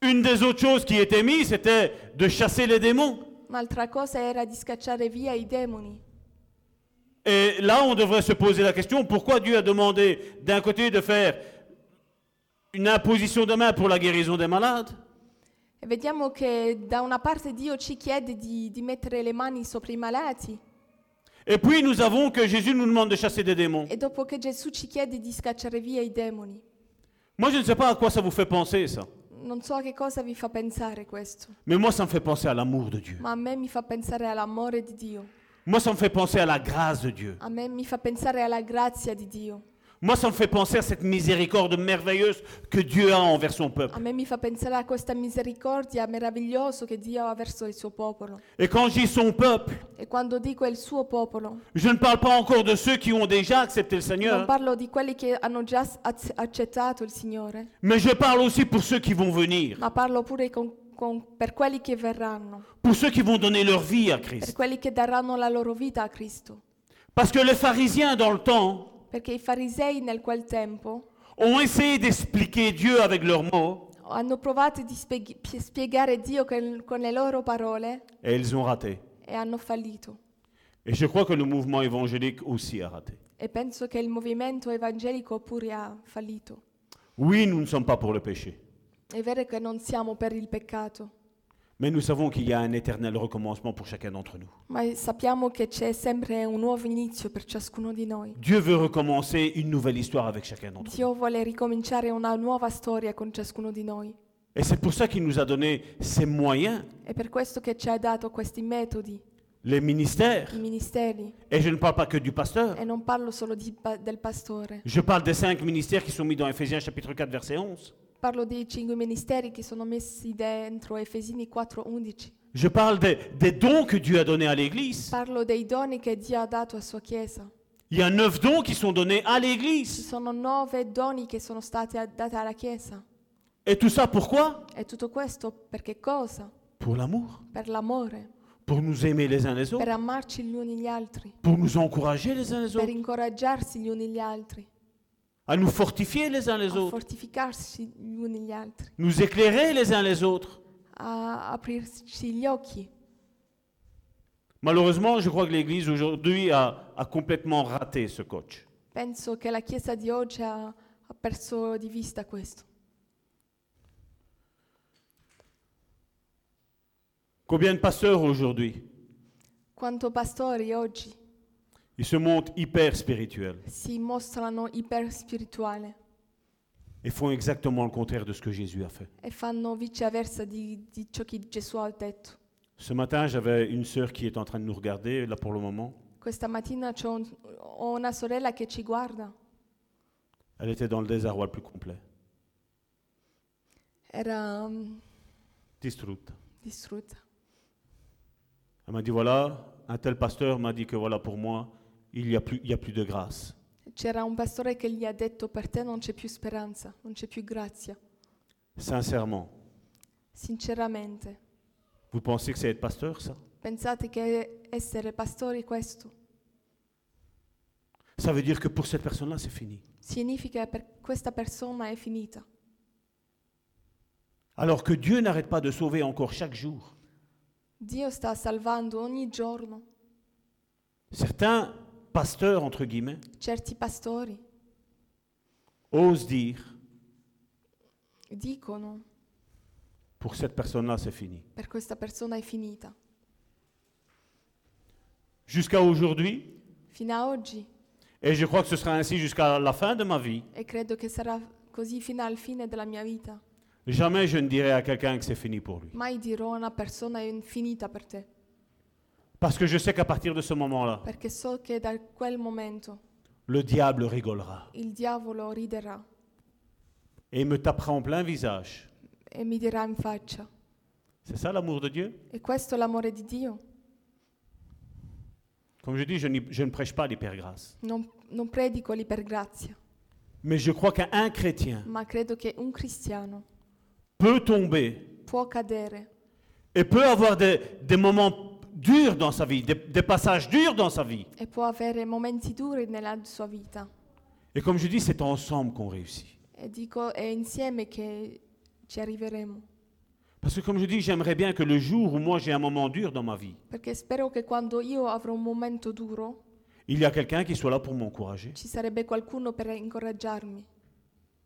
A: Une des autres choses qui était mise, c'était de chasser les démons.
B: Un'altra cosa era di scacciare via i demoni.
A: Et là, on devrait se poser la question, pourquoi Dieu a demandé d'un côté de faire une imposition de mains pour la guérison des malades
B: E vediamo che da una parte Dio ci chiede di, di mettere le mani sopra i malati
A: Et puis nous avons que Jésus nous demande de chasser des démons.
B: e dopo che Gesù ci chiede di scacciare via i demoni.
A: Moi, je ne sais pas à quoi ça vous fait penser, ça.
B: Non so a che cosa vi fa pensare questo,
A: Mais moi, ça me fait penser à l'amour de Dieu.
B: ma a me mi fa pensare all'amore di Dio,
A: Moi, ça me fait penser à la grâce de Dieu.
B: a me mi fa pensare alla grazia di Dio,
A: Moi, ça me fait penser à cette miséricorde merveilleuse que Dieu a envers son peuple.
B: a me mi fa pensare a questa misericordia meravigliosa che Dio ha verso il suo popolo.
A: Et quand je dis son peuple,
B: E quando dico il suo popolo,
A: je ne parle pas encore de ceux qui ont déjà accepté le
B: Non
A: Seigneur,
B: parlo di quelli che hanno già s- ac- accettato il Signore,
A: mais je parle aussi pour ceux qui vont venir,
B: ma parlo pure con- con- per quelli che verranno,
A: pour ceux qui vont donner leur vie à
B: per
A: Christ.
B: quelli che daranno la loro vita a Cristo.
A: Parce que les pharisiens, dans le temps,
B: Perché i farisei nel quel tempo
A: ont essayé d'expliquer Dieu avec leurs mots,
B: hanno provato di spieghi- pi- spiegare Dio con, con le loro parole
A: et ils ont raté.
B: e hanno fallito.
A: Et je crois que le mouvement évangélique aussi a raté.
B: E penso che il movimento evangelico pure ha fallito.
A: Oui, nous ne sommes pas pour le péché.
B: È vero che non siamo per il peccato,
A: Mais nous savons qu'il y a un éternel recommencement pour chacun d'entre nous.
B: ma sappiamo che c'è sempre un nuovo inizio per ciascuno di noi.
A: Dieu veut recommencer une nouvelle histoire avec chacun d'entre nous.
B: Dio vuole ricominciare una nuova storia con ciascuno di noi.
A: Et c'est pour ça qu'il nous a donné ses moyens,
B: È per questo che ci ha dato questi metodi,
A: les ministères.
B: i ministeri.
A: Et je ne parle pas que du pasteur.
B: E non parlo solo di pa- del pastore,
A: Je parle des cinq ministères qui sont mis dans Éphésiens chapitre 4 verset 11.
B: parlo dei cinque ministeri che sono messi dentro Efesini 4:11.
A: Je parle des, des dons que Dieu a donnés à l'Église.
B: Parlo dei doni che Dio ha dato a sua Chiesa.
A: Il y a neuf dons qui sont donnés à
B: Ci
A: l'Église.
B: sono nove doni che sono stati a- dati alla Chiesa.
A: Et tout ça pourquoi
B: E tutto questo per che cosa?
A: Pour l'amour,
B: Per l'amore,
A: pour nous aimer les uns les
B: per
A: autres,
B: amarci gli uni gli altri,
A: pour nous encourager les uns les
B: per
A: autres.
B: incoraggiarsi gli uni gli altri.
A: à nous fortifier les uns les
B: a
A: autres,
B: fortificarsi gli uni gli altri,
A: nous éclairer les uns les autres.
B: a aprirsi gli occhi.
A: Malheureusement, je crois que l'Église aujourd'hui a, a complètement raté ce coach.
B: Penso che la Chiesa di oggi ha, ha perso di vista questo.
A: Combien de pasteurs aujourd'hui
B: Quanto pastori oggi
A: Ils se montrent hyper spirituels
B: si mostrano iperspirituali
A: et font exactement le contraire de ce que Jésus a fait.
B: e fanno viceversa di, di ciò che Gesù ha detto.
A: Ce matin, j'avais une sœur qui est en train de nous regarder, là pour le moment.
B: Questa mattina c'ho un- ho una sorella che ci guarda,
A: Elle était dans le désarroi le plus complet.
B: era mm,
A: Distrute.
B: distrutta.
A: Elle m'a dit, voilà, un tel pasteur m'a dit que, voilà, pour moi, il n'y a, plus- il y a plus de grâce.
B: C'era un pastore che gli ha detto per te non c'è più speranza, non c'è più grazia.
A: Sincèrement,
B: Sinceramente,
A: vous pensez que c'est être pasteur, ça
B: pensate che essere pastori è questo?
A: Ça veut dire que pour cette personne-là, c'est fini.
B: Significa che per questa persona è finita.
A: Alors que Dieu n'arrête pas de sauver encore chaque jour.
B: Dio sta salvando ogni giorno
A: Certains pasteurs, entre guillemets,
B: certi pastori.
A: osent dire,
B: Dicono
A: pour cette personne-là, c'est fini.
B: per questa persona è finita.
A: Jusqu'à aujourd'hui,
B: Fino a oggi
A: et je crois que ce sera ainsi jusqu'à la fin de ma vie,
B: e credo che sarà così fino al fine della mia vita.
A: jamais je ne dirai à quelqu'un que c'est fini pour lui.
B: Mai dirò a una persona è finita per te,
A: Parce que je sais qu'à partir de ce moment-là,
B: perché so che da quel momento
A: le diable rigolera
B: il diavolo riderà
A: et me tapera en plein visage.
B: e mi dirà in faccia.
A: C'est ça l'amour de Dieu
B: E questo è l'amore di Dio.
A: Comme je dis, je, n'y- je ne prêche pas l'hypergrâce.
B: Non, non predico lì per grazia,
A: Mais je crois qu'un chrétien
B: ma credo che un cristiano
A: peut tomber
B: può cadere
A: et peut avoir des, des moments durs dans sa vie, des, des passages durs dans sa vie.
B: e può avere momenti duri nella sua vita.
A: Et comme je dis, c'est ensemble qu'on réussit.
B: E dico, è insieme che ci arriveremo.
A: Parce que comme je dis, j'aimerais bien que le jour où moi j'ai un moment dur dans ma vie,
B: Perché spero che quando io avrò un momento duro
A: il y a quelqu'un qui soit là pour m'encourager.
B: ci sarebbe qualcuno per incoraggiarmi.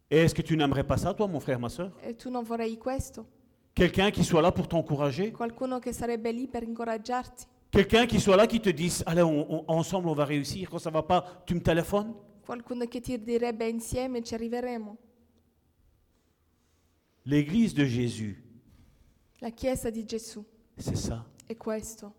A: Et est-ce que tu n'aimerais pas ça, toi, mon frère, ma soeur
B: E tu non vorrei questo?
A: Quelqu'un qui soit là pour t'encourager
B: Qualcuno che sarebbe lì per incoraggiarti?
A: Quelqu'un qui soit là qui te dise, allez, on- on- ensemble, on va réussir. Quand ça va pas, tu me téléphones
B: Qualcuno che ti direbbe insieme ci arriveremo?
A: L'église de Jésus,
B: La Chiesa di Gesù
A: c'est ça.
B: è questo.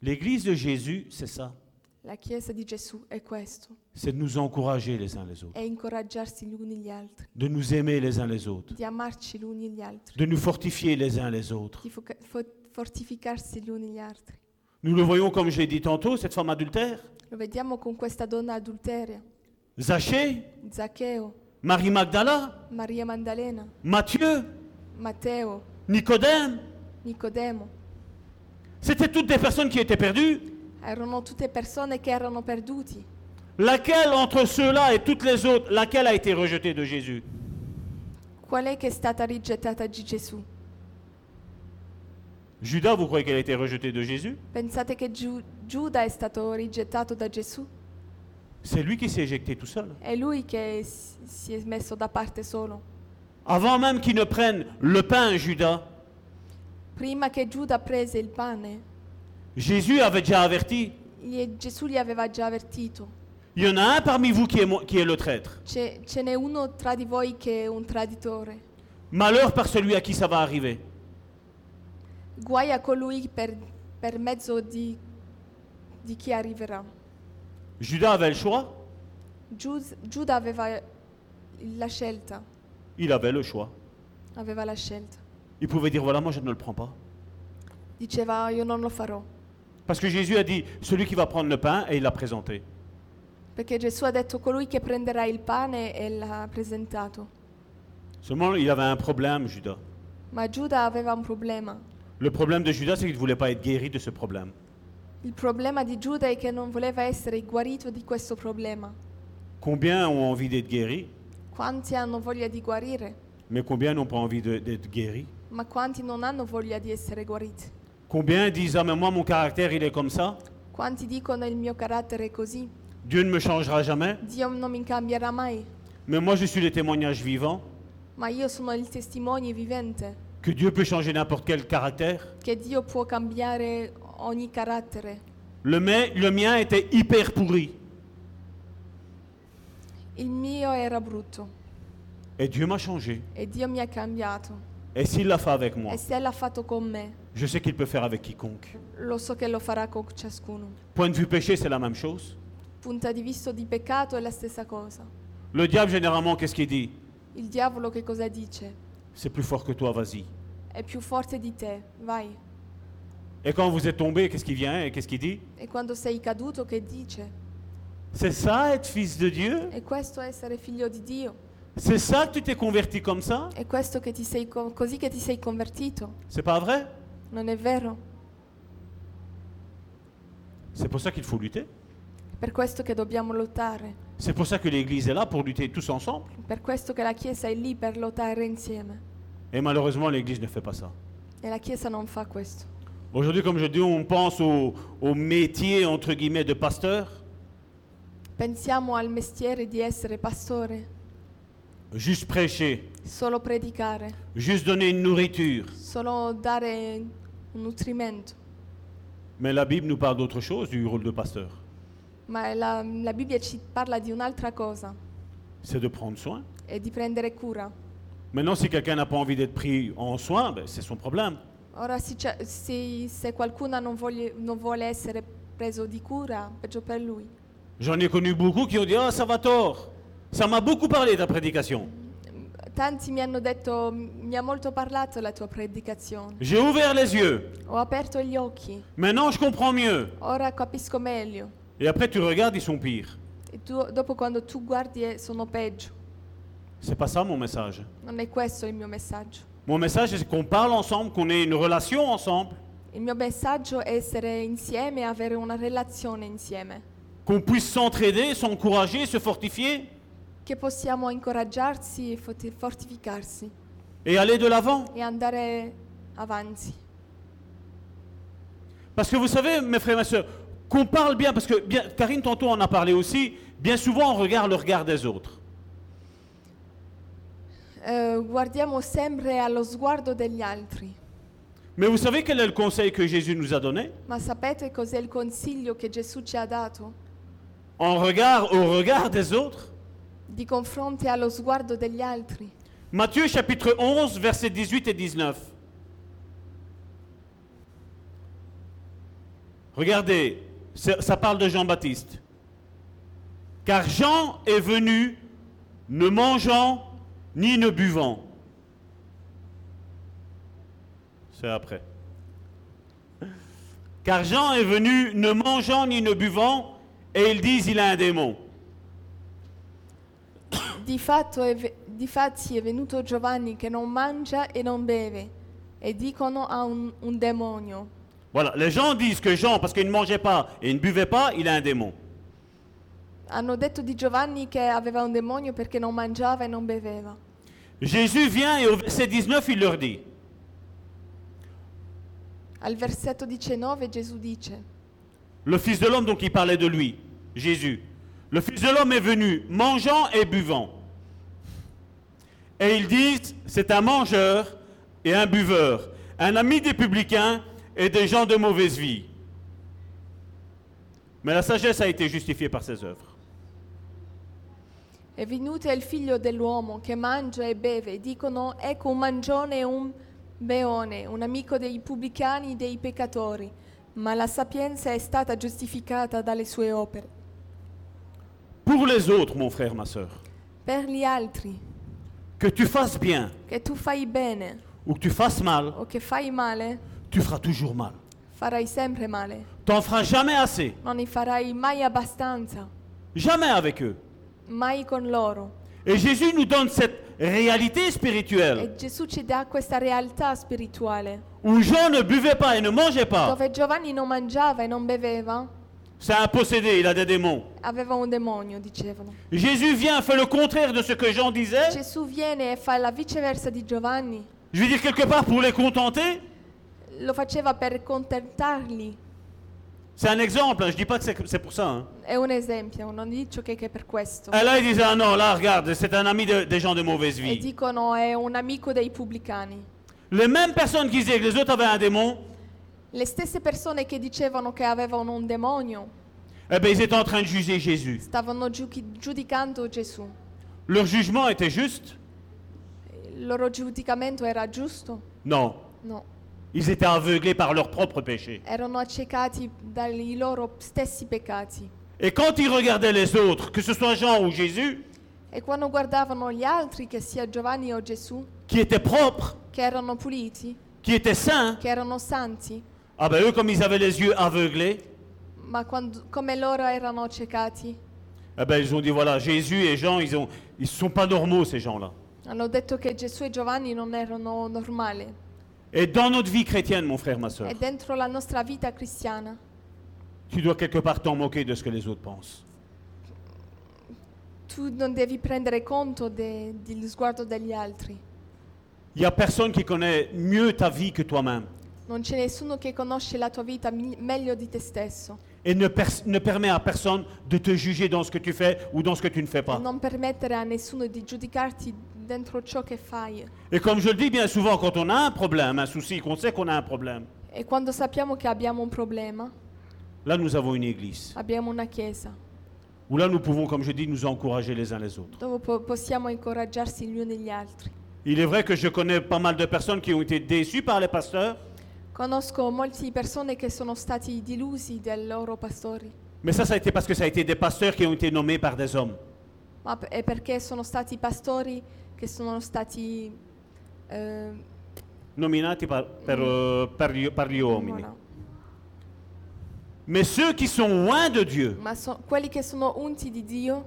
A: L'église de Jésus, c'est ça.
B: La Chiesa di Gesù è questo.
A: C'est de nous encourager les uns les autres,
B: È incoraggiarsi gli uni gli altri,
A: de nous aimer les uns les autres,
B: di amarci gli uni gli altri,
A: de nous fortifier les uns les autres.
B: di foca- fo- fortificarsi gli uni gli altri.
A: Nous le voyons, comme je l'ai dit tantôt, cette femme adultère,
B: Lo vediamo con questa donna adulteria,
A: Zachée,
B: Zaccheo,
A: Marie Magdala,
B: Maria Maddalena,
A: Matthieu,
B: Matteo,
A: Nicodème.
B: Nicodemo.
A: C'était toutes des personnes qui étaient perdues.
B: Erano tutte persone che erano perduti.
A: Laquelle entre ceux-là et toutes les autres, laquelle a été rejetée de Jésus
B: Qual è che è stata rigettata di Gesù?
A: Judas, vous croyez qu'elle a été rejetée de Jésus
B: Pensate che Giu- Giuda è stato rigettato da Gesù?
A: C'est lui qui s'est éjecté tout seul.
B: È lui che s- si è messo da parte solo.
A: Avant même qu'il ne prenne le pain, Judas,
B: Prima che Giuda prese il pane,
A: Jésus avait déjà averti.
B: gli- Gesù gli aveva già avvertito.
A: Il y en a un parmi vous qui est, mo- qui est le traître.
B: C'è- ce n'è uno tra di voi che è un traditore.
A: Malheur par celui à qui ça va arriver.
B: Guai a colui per, per mezzo di, di chi arriverà.
A: Judas avait le choix.
B: Gius- Giuda aveva la scelta.
A: Il avait le choix.
B: Aveva la scelta.
A: Il pouvait dire voilà, moi je ne le prends pas.
B: Diceva io non lo farò.
A: Parce que Jésus a dit celui qui va prendre le pain et il l'a présenté.
B: Perché Gesù ha detto colui che prenderà il pane e l'ha presentato.
A: Seulement, il avait un problème, Judas.
B: Ma Giuda aveva un problema.
A: Le problème de Judas, c'est qu'il ne voulait pas être guéri de ce problème.
B: Il problema di Giuda è che non voleva essere guarito di questo problema.
A: Combien ont envie d'être guéris,
B: Quanti hanno voglia di guarire,
A: mais combien n'ont pas envie de- d'être guéris
B: ma quanti non hanno voglia di essere guariti?
A: Combien disent Ah, mais moi, mon caractère, il est comme ça
B: Quanti dicono il mio carattere è così?
A: Dieu ne me changera jamais
B: Dio non mi cambierà mai,
A: Mais moi, je suis le témoignage vivant
B: ma io sono il testimone vivente
A: que Dieu peut changer n'importe quel caractère.
B: che Dio può cambiare ogni carattere.
A: Le, mai- le mien était hyper pourri.
B: Il mio era brutto
A: Et Dieu m'a changé.
B: e Dio mi ha cambiato.
A: Et s'il l'a fait avec moi,
B: E se l'ha fatto con me,
A: je sais qu'il peut faire avec quiconque.
B: lo so che lo farà con ciascuno.
A: Point de vue péché, c'est la même chose.
B: Punta di vista di peccato è la stessa cosa.
A: Le diable, généralement, qu'est-ce qu'il dit
B: Il diavolo che cosa dice?
A: C'est plus fort que toi, vas-y.
B: È più forte di te, vai.
A: Et quand vous êtes tombé, qu'est-ce qu'il vient et qu'est-ce qu'il dit
B: E quando sei caduto che dice?
A: C'est ça être fils de Dieu
B: E questo è essere figlio di Dio?
A: C'est ça que tu t'es converti comme ça
B: È questo che ti sei co- così che ti sei convertito?
A: C'est pas vrai
B: Non è vero?
A: C'est pour ça qu'il faut lutter.
B: Per questo che dobbiamo lottare,
A: C'est pour ça que l'Église est là pour lutter tous ensemble.
B: per questo che la Chiesa è lì per lottare insieme.
A: Et malheureusement, l'Église ne fait pas ça.
B: E la Chiesa non fa questo.
A: Aujourd'hui, comme je dis, on pense au, au métier, entre guillemets, de pasteur,
B: Pensiamo al mestiere di essere pastore,
A: juste prêcher,
B: solo predicare,
A: juste donner une nourriture.
B: solo dare un nutrimento.
A: Mais la Bible nous parle d'autre chose du rôle de pasteur.
B: Ma la, la Bibbia ci parla di un'altra cosa,
A: C'est de prendre soin.
B: è di prendere cura.
A: Maintenant, si quelqu'un n'a pas envie d'être pris en soin, ben, c'est son problème.
B: Ora, se, c'è- se- se qualcuno non voglie- non vuole essere preso di cura, peggio per lui.
A: J'en ai connu beaucoup qui ont dit Ah, ça va tort. Ça m'a beaucoup parlé ta prédication.
B: Tanti mi hanno detto, mi ha molto parlato la tua predicazione.
A: J'ai ouvert les yeux.
B: Ho aperto gli occhi,
A: Maintenant, je comprends mieux.
B: ora capisco meglio.
A: Et après, tu regardes, ils sont pires.
B: E tu- dopo quando tu guardi eh, sono peggio.
A: C'est pas ça mon message.
B: Non è questo il mio messaggio.
A: Mon message, c'est qu'on parle ensemble, qu'on ait une relation ensemble,
B: Il mio messaggio è essere insieme, avere una relazione insieme.
A: qu'on puisse s'entraider, s'encourager, se fortifier
B: Che possiamo incoraggiarsi e foti- fortificarsi
A: et aller de l'avant.
B: e andare avanti.
A: Parce que vous savez, mes frères et mes sœurs, qu'on parle bien, parce que bien, Karine tantôt en a parlé aussi, bien souvent on regarde le regard des autres.
B: Eh, guardiamo sempre allo sguardo degli altri,
A: Mais vous savez quel est le conseil que Jésus nous a donné
B: ma sapete cos'è il consiglio che Gesù ci ha dato?
A: En regard au regard des autres
B: Di confronto allo sguardo degli altri.
A: Matthieu chapitre 11, versets 18 et 19. Regardez, ça ça parle de Jean-Baptiste. Car Jean est venu ne mangeant ni ne buvant. C'est après. Car Jean est venu ne mangeant ni ne buvant, et ils disent il a un démon.
B: Di fatto è, ve- difatti è venuto Giovanni che non mangia e non beve e dicono ha un, un demonio.
A: Voilà, les gens disent que Jean, parce qu'il ne mangeait pas et il ne buvait pas, il a un démon.
B: Hanno detto di Giovanni che aveva un demonio perché non mangiava e non beveva.
A: Jésus vient et au verset 19, il leur dit,
B: Al versetto 19 Gesù dice,
A: le Fils de l'homme, donc il parlait de lui, Jésus, le Fils de l'homme est venu mangeant et buvant. Et ils disent, c'est un mangeur et un buveur, un ami des publicains et des gens de mauvaise vie. Mais la sagesse a été justifiée par ses œuvres.
B: è venuto il figlio dell'uomo che mangia e beve e dicono ecco un mangione e un beone, un amico dei pubblicani e dei peccatori, ma la sapienza è stata giustificata dalle sue opere.
A: Pour les autres, mon frère, ma soeur,
B: Per gli altri,
A: que tu fasses bien
B: che tu fai bene
A: ou que tu fasses mal,
B: o che fai male,
A: tu feras toujours mal.
B: farai sempre male.
A: T'en feras jamais assez,
B: Non ne farai mai abbastanza,
A: jamais avec eux.
B: mai con loro.
A: Et Jésus nous donne cette réalité spirituelle
B: E Gesù ci dà questa realtà spirituale,
A: où Jean ne buvait pas et ne mangeait pas,
B: dove Giovanni non mangiava e non beveva,
A: C'est un possédé, il a des démons.
B: Aveva un demonio, dicevano.
A: Jésus vient, fait le contraire de ce que Jean disait.
B: Gesù viene e fa la viceversa di Giovanni.
A: Je veux dire quelque part pour les contenter.
B: Lo faceva per contentarli.
A: C'est un exemple, hein, je dis pas que c'est c'est pour ça. hein.
B: È un esempio, non dico che, che per questo.
A: Et là, il disait, ah non, là, regarde, c'est un ami de- des gens de mauvaise
B: E
A: vie.
B: dicono è un amico dei pubblicani.
A: Les mêmes personnes qui disaient que les autres avaient un démon,
B: Le stesse persone che dicevano che avevano un demonio
A: eh ben, ils étaient en train de juger Jésus.
B: stavano giuchi- giudicando Gesù.
A: Leur jugement était juste
B: Il loro giudicamento era giusto?
A: Non.
B: No,
A: Ils étaient aveuglés par leur propre péché.
B: erano accecati dai loro stessi peccati.
A: Et quand ils regardaient les autres, que ce soit Jean ou Jésus,
B: E quando guardavano gli altri, che sia Giovanni o Gesù,
A: qui étaient propres,
B: che erano puliti,
A: qui étaient saints,
B: che erano santi,
A: ah ben eux, comme ils avaient les yeux aveuglés,
B: ma quando- come loro erano accecati,
A: eh ben ils ont dit voilà, Jésus et Jean, ils ont, ils sont pas normaux ces gens-là.
B: hanno detto che Gesù e Giovanni non erano normali.
A: Et dans notre vie chrétienne, mon frère, ma soeur,
B: È dentro la nostra vita cristiana.
A: tu dois quelque part t'en moquer de ce que les autres pensent.
B: Tu non devi prendere conto de- dello sguardo degli altri.
A: Il n'y a personne qui connaît mieux ta vie que toi-même
B: Non c'è nessuno che conosce la tua vita mi- meglio di te stesso.
A: et ne, pers- ne permet à personne de te juger dans ce que tu fais ou dans ce que tu ne fais pas.
B: Non permettere a nessuno di giudicarti dentro ciò che fai.
A: Et comme je le dis bien souvent, quand on a un problème, un souci, qu'on sait qu'on a un problème,
B: E quando sappiamo che abbiamo un problema,
A: là nous avons une église
B: abbiamo una chiesa
A: où là nous pouvons, comme je dis, nous encourager les uns les autres.
B: dove po- possiamo incoraggiarsi gli uni gli altri.
A: Il est vrai que je connais pas mal de personnes qui ont été déçues par les pasteurs,
B: Conosco molte persone che sono stati delusi dai loro pastori,
A: mais ça, ça a été parce que ça a été des pasteurs qui ont été nommés par des hommes.
B: ma p- è perché sono stati pastori che sono stati... eh,
A: Nominati par, per, euh, par gli- par gli uomini.
B: no, no.
A: Mais ceux qui sont loin de Dieu,
B: Ma so- quelli che sono unti di Dio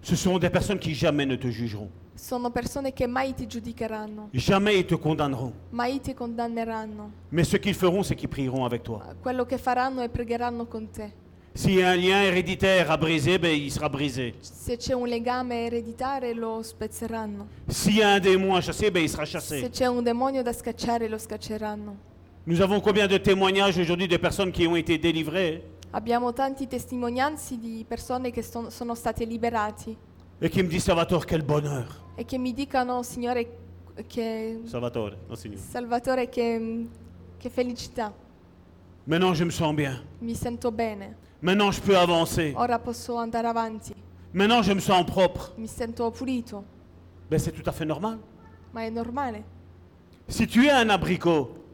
A: ce seront des personnes qui jamais ne te jugeront,
B: sono persone che mai ti giudicheranno,
A: jamais ils te condamneront.
B: mai ti condanneranno.
A: Mais ce qu'ils feront, c'est qu'ils prieront avec toi.
B: Quello che faranno è pregheranno con te.
A: S'il y a un lien héréditaire à briser, ben, il sera brisé.
B: Se c'è un legame ereditario lo spezzeranno.
A: S'il y a un démon à chasser, ben, il sera
B: Se
A: chassé.
B: c'è un demonio da scacciare lo scacceranno.
A: Nous avons combien de témoignages aujourd'hui de personnes qui ont été délivrées
B: Abbiamo tanti testimonianze di persone che son- sono state liberate
A: et qui me disent Salvatore, quel bonheur.
B: e che mi dicano, Signore, che
A: Salvatore, non, Seigneur.
B: Salvatore, che, che felicità,
A: Maintenant, je me sens bien.
B: mi sento bene,
A: Maintenant, je peux avancer.
B: ora posso andare avanti,
A: Maintenant, je me sens propre.
B: mi sento pulito,
A: Ben, c'est tout à fait normal.
B: ma è normale.
A: Si tu es un abricot,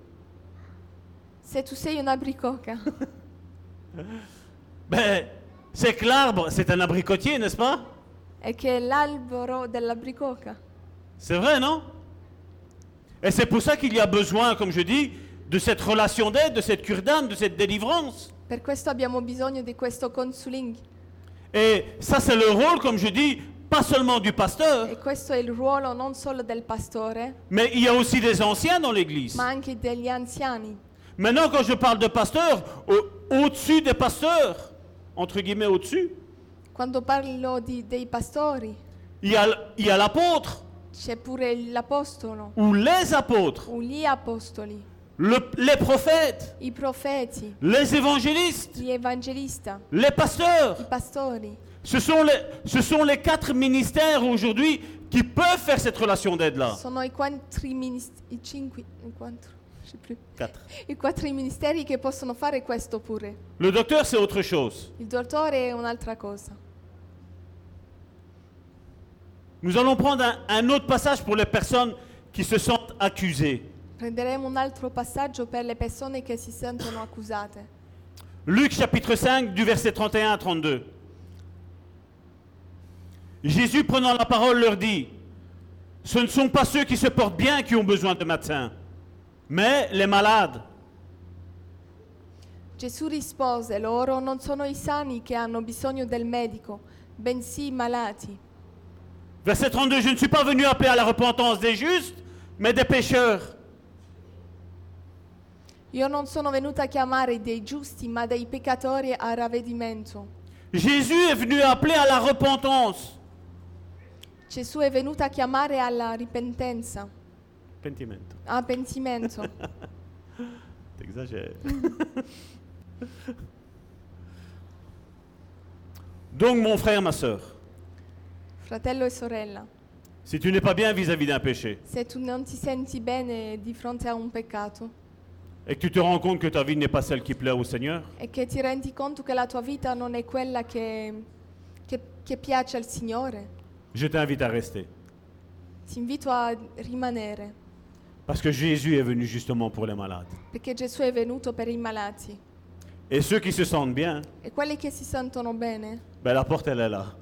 B: Se tu sei una bricocca,
A: ben, c'est que l'arbre, c'est un abricotier, n'est-ce pas
B: è che l'albero della bricocca.
A: C'est vrai, non Et c'est pour ça qu'il y a besoin, comme je dis, de cette relation d'aide, de cette cure d'âme, de cette délivrance.
B: Per questo abbiamo bisogno di questo consuling
A: Et ça, c'est le rôle, comme je dis, pas seulement du pasteur,
B: e questo è il ruolo non solo del pastore,
A: mais il y a aussi des anciens dans l'Église.
B: ma anche degli anziani.
A: Maintenant, quand je parle de pasteur, au- au-dessus des pasteurs, entre guillemets au-dessus,
B: Quando parlo di- dei pastori,
A: il y a l- il y a l'apôtre
B: c'è pure l'apostolo,
A: ou les apôtres,
B: o gli apostoli,
A: le- les prophètes,
B: i profeti,
A: les évangélistes,
B: gli evangelisti, i
A: les pasteurs.
B: pastori.
A: Ce sont les, ce sont les quatre ministères aujourd'hui qui peuvent faire cette relation d'aide-là.
B: Sono i quattro ministeri, i cinque, i quattro, non so più.
A: Quatre.
B: I quattro ministeri che possono fare questo pure.
A: Le docteur, c'est autre chose.
B: Il dottore è un'altra cosa.
A: Nous allons prendre un, un autre passage pour les personnes qui se sentent accusées.
B: Prenderemo un altro passaggio per le persone che si sentono accusate.
A: Luc chapitre 5 du verset 31 à 32. Jésus prenant la parole leur dit, ce ne sont pas ceux qui se portent bien qui ont besoin de médecins, mais les malades.
B: Gesù rispose loro, non sono i sani che hanno bisogno del medico, bensì i malati.
A: Verset 32, je ne suis pas venu appeler à la repentance des justes, mais des pécheurs.
B: Io non sono venuta a chiamare dei giusti, ma dei peccatori a ravvedimento.
C: Jésus est venu appeler à la repentance.
B: Gesù è venuto a chiamare alla ripentenza,
A: Pentimento.
B: a pentimento.
A: T'exagères. Donc, mon frère, ma soeur,
B: Fratello e sorella,
A: si tu n'es pas bien vis-à-vis d'un péché
B: se tu non ti senti bene di fronte a un peccato
A: et que tu te rends compte que ta vie n'est pas celle qui plaît au Seigneur,
B: e che ti rendi conto che la tua vita non è quella che, che- che piace al Signore,
A: je t'invite à rester.
B: ti invito a rimanere,
A: Parce que Jésus est venu justement pour les malades.
B: perché Gesù è venuto per i malati
A: Et ceux qui se sentent bien,
B: e quelli che si sentono bene,
A: ben, la porte, elle est là.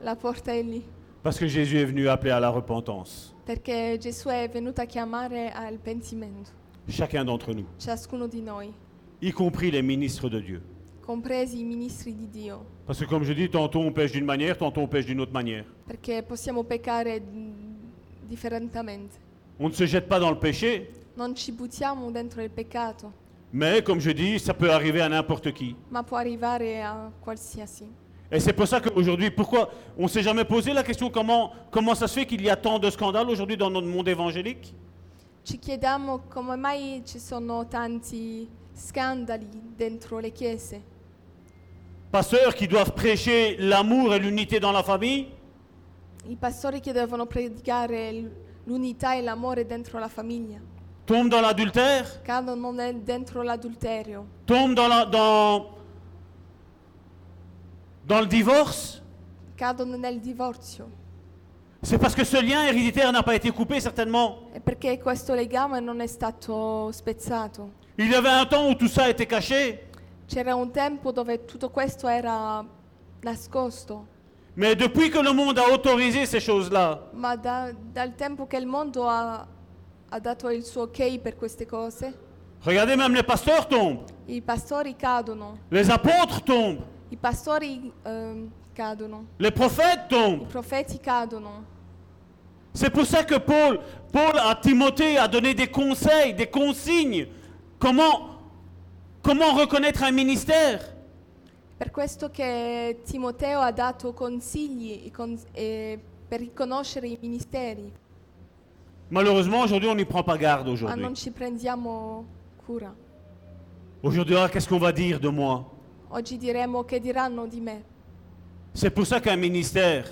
B: la porta è lì,
A: Parce que Jésus est venu appeler à la repentance.
B: perché Gesù è venuto a chiamare al pentimento
A: Chacun d'entre nous,
B: ciascuno di noi,
A: y compris les ministres de Dieu.
B: compresi i ministri di Dio,
A: Parce que comme je dis, tantôt on pêche d'une manière, tantôt on pêche d'une autre manière.
B: perché possiamo peccare mh, differentemente.
A: On ne se jette pas dans le péché,
B: Non ci buttiamo dentro il peccato,
A: mais comme je dis, ça peut arriver à n'importe qui.
B: ma può arrivare a qualsiasi.
A: Et c'est pour ça qu'aujourd'hui, pourquoi on ne s'est jamais posé la question comment, comment ça se fait qu'il y a tant de scandales aujourd'hui dans notre monde évangélique
B: Ci chiediamo come mai ci sono tanti scandali dentro le chiese.
A: Pasteurs qui doivent prêcher l'amour et l'unité dans la famille,
B: I pastori che devono predicare l- l'unità e l'amore dentro la famiglia
A: tombent dans l'adultère,
B: cadono nel- dentro l'adulterio,
A: tombent dans, la- dans, dans le divorce.
B: cadono nel divorzio.
A: C'est parce que ce lien héréditaire n'a pas été coupé, certainement.
B: È perché questo legame non è stato spezzato.
A: Il y avait un temps où tout ça était caché,
B: C'era un tempo dove tutto questo era nascosto,
A: mais depuis que le monde a autorisé ces choses-là,
B: ma da- dal tempo che il mondo ha, ha dato il suo ok per queste cose,
A: regardez même les pasteurs tombent,
B: i pastori cadono,
A: les apôtres tombent,
B: i pastori ehm, cadono,
A: les prophètes tombent.
B: i profeti cadono.
A: C'est pour ça que Paul, Paul à Timothée a donné des conseils, des consignes. Comment, comment reconnaître un ministère
B: Per questo che Timoteo ha dato consigli e con- e per riconoscere i ministeri,
A: Malheureusement, aujourd'hui, on n'y prend pas garde
B: ma
A: aujourd'hui.
B: Ah, non ci prendiamo cura.
A: Aujourd'hui, ah, qu'est-ce qu'on va dire de moi
B: Oggi diremo che diranno di me.
A: C'est pour ça qu'un ministère,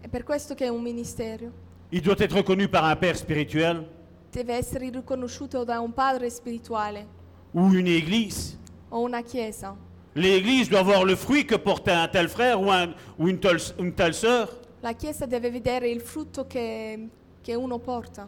B: È per questo che è un ministero.
A: il doit être reconnu par un père spirituel
B: Deve essere riconosciuto da un padre spirituale
A: ou une église.
B: o una chiesa.
A: L'église doit voir le fruit que portait un tel frère ou, un- ou une, telle, une telle sœur.
B: La Chiesa deve vedere il frutto che, che uno porta.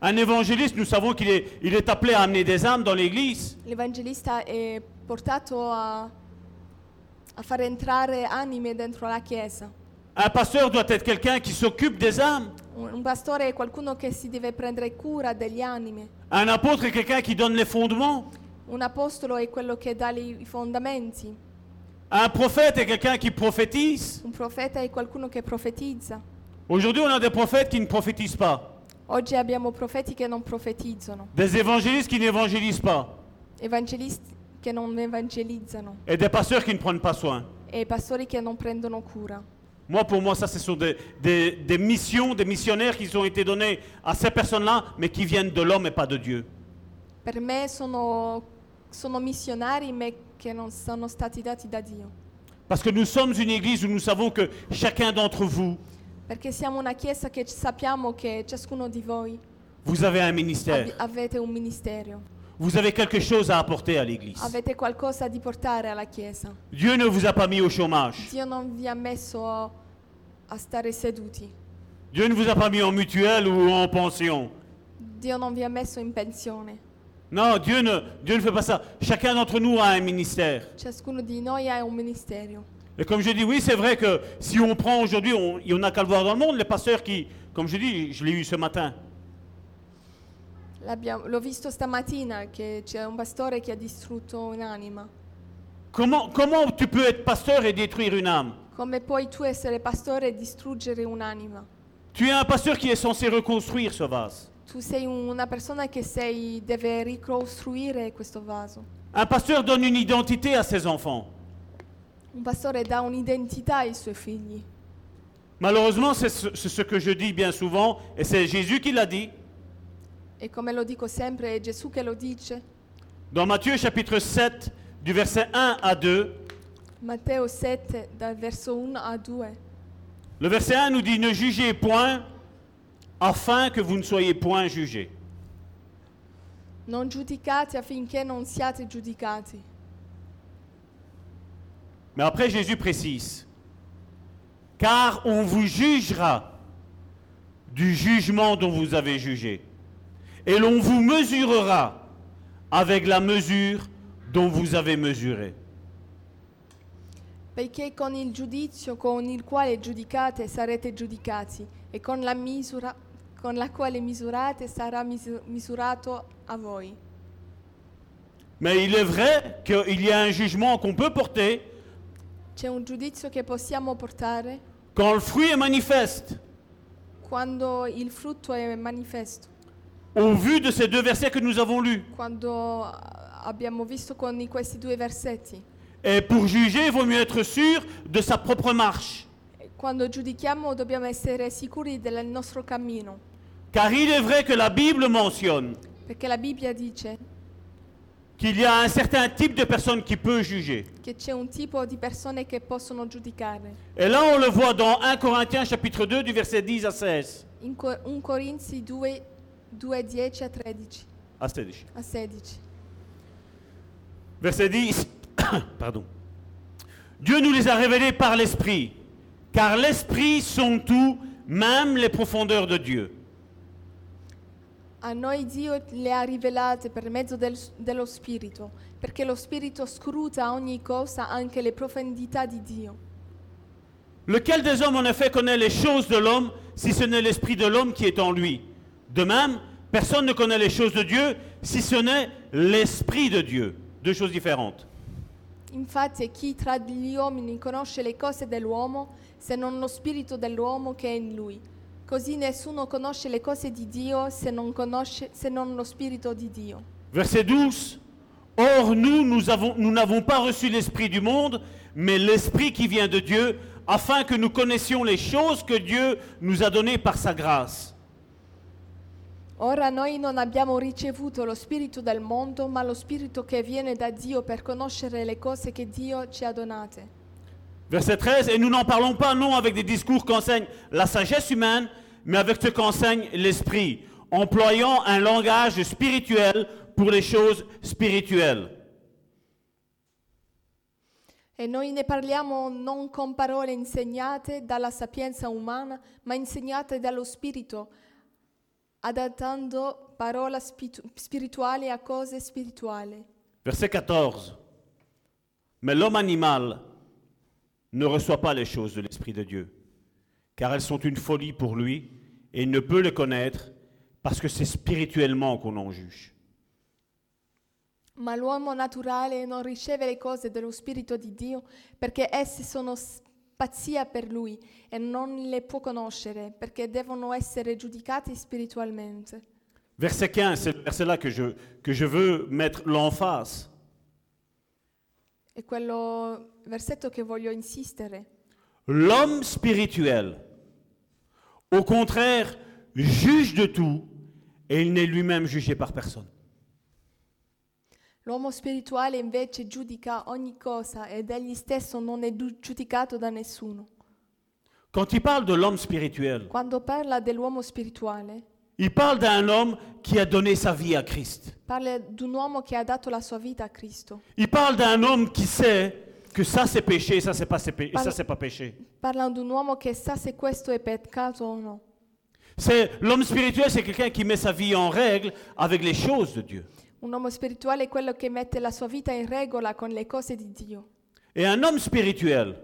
A: Un évangéliste, nous savons qu'il est, il est appelé à amener des âmes dans l'église.
B: L'Evangelista è portato a, a far entrare anime dentro la Chiesa.
A: Un pasteur doit être quelqu'un qui s'occupe des âmes.
B: Un, un pastore è qualcuno che si deve prendere cura degli anime.
A: Un apôtre est quelqu'un qui donne les fondements.
B: Un apostolo è quello che dà li- i fondamenti.
A: Un prophète est quelqu'un qui prophétise.
B: Un profeta è qualcuno che profetizza.
A: Aujourd'hui, on a des prophètes qui ne prophétisent pas.
B: Oggi abbiamo profeti che non profetizzano,
A: Des évangélistes qui n'évangélisent pas.
B: evangelisti che non evangelizzano
A: Et des pasteurs qui ne prennent pas soin.
B: e pastori che non prendono cura.
A: Moi, pour moi, ça, ce sont des, des- des missions, des missionnaires qui ont été donnés à ces personnes-là, mais qui viennent de l'homme et pas de Dieu.
B: Per me sono, sono missionari ma che non sono stati dati da Dio,
A: Parce que nous sommes une église où nous savons que chacun d'entre vous,
B: perché siamo una chiesa che sappiamo che ciascuno di voi
A: vous avez un
B: abbi-
A: ministère.
B: avete un ministero,
A: Vous avez quelque chose à apporter à l'église.
B: avete qualcosa di portare alla chiesa.
A: Dieu ne vous a pas mis au chômage.
B: Dio non vi ha messo a stare seduti,
A: Dieu ne vous a pas mis en mutuelle ou en pension.
B: Dio non vi ha messo in pensione.
A: Non, Dieu ne, Dieu ne fait pas ça. Chacun d'entre nous a un ministère.
B: Ciascuno di noi ha un ministero.
A: Et comme je dis, oui, c'est vrai que si on prend aujourd'hui, on- il y en a qu'à le voir dans le monde, les pasteurs qui, comme je dis, je l'ai eu ce matin,
B: L'abbiamo- l'ho visto stamattina che c'è un pastore che ha distrutto un'anima.
A: Comment, comment tu peux être pasteur et détruire une âme
B: Come puoi tu essere pastore e distruggere un'anima?
A: Tu es un pasteur qui est censé reconstruire ce vase.
B: Tu Tu sei una persona che sei, deve ricostruire questo vaso.
A: Un pasteur donne une identité à ses enfants.
B: Un pastore dà un'identità ai suoi figli.
A: Malheureusement, c'est ce, c'est ce que je dis bien souvent, et c'est Jésus qui l'a dit.
B: E come lo dico sempre, è Gesù che lo dice.
A: Dans Matthieu chapitre 7, du verset 1 à 2,
B: Matteo 7, dal verso 1 a 2.
A: le verset 1 nous dit, ne jugez point afin que vous ne soyez point jugés.
B: Non giudicate affinché non siate giudicati.
A: Mais après, Jésus précise, car on vous jugera du jugement dont vous avez jugé, et l'on vous mesurera avec la mesure dont vous avez mesuré.
B: Perché con il giudizio con il quale giudicate sarete giudicati e con la misura con la quale misurate sarà misu- misurato a voi.
A: Mais il est vrai qu'il y a un jugement qu'on peut porter
B: C'è un giudizio che possiamo portare
A: quand le fruit est manifeste.
B: quando il frutto è manifesto,
A: Au vu de ces deux versets que nous avons lus.
B: quando eh, abbiamo visto con i- questi due versetti.
A: Et pour juger, il vaut mieux être sûr de sa propre marche.
B: Quando giudichiamo dobbiamo essere sicuri del nostro cammino,
A: Car il est vrai que la Bible mentionne
B: perché la Bibbia dice
A: qu'il y a un certain type de personne qui peut juger.
B: che c'è un tipo di persone che possono giudicare.
A: Et là, on le voit dans 1 Corinthiens chapitre 2 du verset 10 à 16.
B: In Co- 1 Corinzi 2, 2 10 a 13,
A: À 16.
B: a 16.
A: Verset 10. Pardon. Dieu nous les a révélés par l'Esprit, car l'Esprit sonde tout, même les profondeurs de Dieu.
B: A noi Dio le ha rivelate per mezzo del- dello Spirito, perché lo Spirito scruta ogni cosa, anche le profondità di Dio.
A: Lequel des hommes en effet connaît les choses de l'homme, si ce n'est l'esprit de l'homme qui est en lui De même, personne ne connaît les choses de Dieu, si ce n'est l'esprit de Dieu. Deux choses différentes.
B: Infatti chi tra gli uomini conosce le cose dell'uomo se non lo spirito dell'uomo che è in lui? Così nessuno conosce le cose di Dio se non, conosce, se non lo spirito di Dio.
A: Verset 12. Or nous, nous avons- nous n'avons pas reçu l'esprit du monde, mais l'esprit qui vient de Dieu, afin que nous connaissions les choses que Dieu nous a données par sa grâce.
B: Ora noi non abbiamo ricevuto lo spirito del mondo, ma lo spirito che viene da Dio per conoscere le cose che Dio ci ha donate.
A: Verset 13, et nous n'en parlons pas non avec des discours qu'enseigne la sagesse humaine, mais avec ce qu'enseigne l'esprit, employant un langage spirituel pour les choses spirituelles.
B: E noi ne parliamo non con parole insegnate dalla sapienza umana, ma insegnate dallo Spirito, adattando parola spitu- spirituale a cose spirituali.
A: Verset 14, mais l'homme animal ne reçoit pas les choses de l'Esprit de Dieu, car elles sont une folie pour lui, et il ne peut les connaître, parce que c'est spirituellement qu'on en juge.
B: Ma l'uomo naturale non riceve le cose dello Spirito di Dio perché esse sono s- pazzia per lui e non le può conoscere perché devono essere giudicate spiritualmente.
A: Verset 15, c'est le verset là que je, que je veux mettre l'emphase.
B: È quello versetto che voglio insistere.
A: L'homme spirituel, au contraire, juge de tout et il n'est lui-même jugé par personne.
B: L'uomo spirituale invece giudica ogni cosa ed egli stesso non è du- giudicato da nessuno.
A: Quand il parle de l'homme spirituel,
B: Quando parla dell'uomo spirituale,
A: il parle d'un homme qui a donné sa vie à Christ.
B: parla di un uomo che ha dato la sua vita a Cristo.
A: Il parle d'un homme qui sait que ça c'est péché, ça c'est pas, c'est pé- ça, c'est pas péché.
B: Parla di un uomo che sa se questo è peccato o no.
A: C'est l'homme spirituel, c'est quelqu'un qui met sa vie en règle avec les choses de Dieu.
B: Un uomo spirituale è quello che mette la sua vita in regola con le cose di Dio.
A: Et un homme spirituel,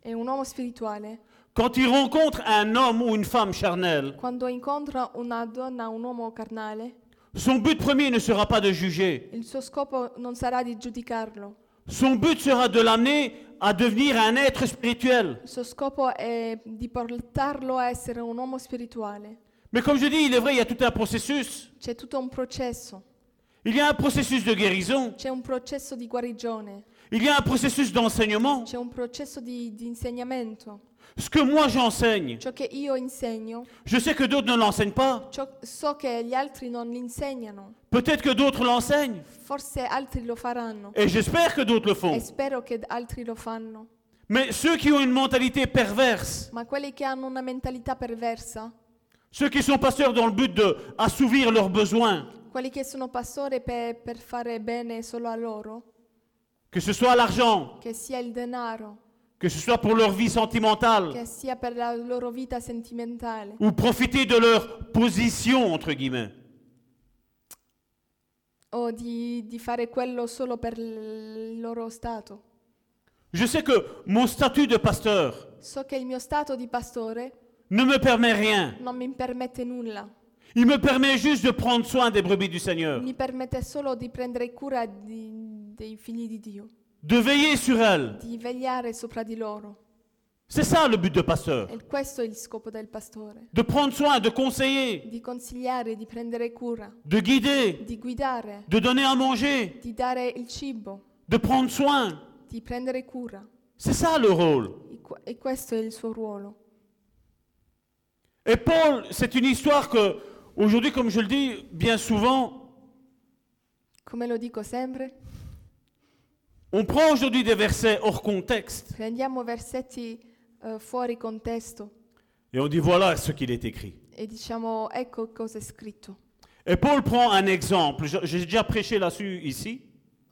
B: E un uomo spirituale,
A: quand il rencontre un homme ou une femme charnelle,
B: quando incontra una donna, un uomo carnale,
A: son but premier ne sera pas de juger,
B: il suo scopo non sarà di giudicarlo.
A: Son but sera de l'amener à devenir un être spirituel.
B: Il suo scopo è di portarlo a essere un uomo spirituale.
A: Mais comme je dis, il est vrai, il y a tout un processus.
B: C'è tutto un processo,
A: Il y a un processus de guérison.
B: c'è un processo di guarigione,
A: Il y a un processus d'enseignement.
B: c'è un processo di, di insegnamento.
A: Ce que moi j'enseigne,
B: Ciò che io insegno,
A: je sais que d'autres ne l'enseignent pas.
B: ciò- so che gli altri non l'insegnano,
A: Peut-être que d'autres l'enseignent.
B: forse altri lo faranno
A: Et j'espère que d'autres le font.
B: e spero che altri lo fanno.
A: Mais ceux qui ont une mentalité perverse,
B: Ma quelli che hanno una mentalità perversa,
A: ceux qui sont pasteurs dans le but de assouvir leurs besoins,
B: quelli che sono pastore per, per fare bene solo a loro,
A: que ce soit l'argent,
B: che sia il denaro,
A: que ce soit pour leur vie sentimentale,
B: che sia per la loro vita sentimentale,
A: ou profiter de leur position, entre guillemets.
B: o di, di fare quello solo per l- il loro stato.
A: Je sais que mon statut de pasteur
B: So che il mio stato di pastore
A: ne me permet rien.
B: non mi permette nulla,
A: Il me permet juste de prendre soin des brebis du Seigneur,
B: mi permette solo di prendere cura di- dei figli di Dio,
A: de veiller sur elles.
B: di vegliare sopra di loro.
A: C'est ça le but de pasteur.
B: E questo è il scopo del pastore,
A: De prendre soin, de conseiller,
B: di consigliare, di prendere cura,
A: de guider,
B: di guidare,
A: de donner à manger,
B: di dare il cibo,
A: de prendre soin.
B: di prendere cura.
A: C'est ça le rôle.
B: E que- E questo è il suo ruolo.
A: Et Paul, c'est une histoire que, aujourd'hui, comme je le dis bien souvent,
B: Come lo dico sempre,
A: on prend aujourd'hui des versets hors contexte
B: prendiamo versetti eh, fuori contesto
A: et on dit voilà ce qu'il est écrit.
B: e diciamo ecco cosa è scritto.
A: Et Paul prend un exemple. Je- J'ai déjà prêché là-dessus ici,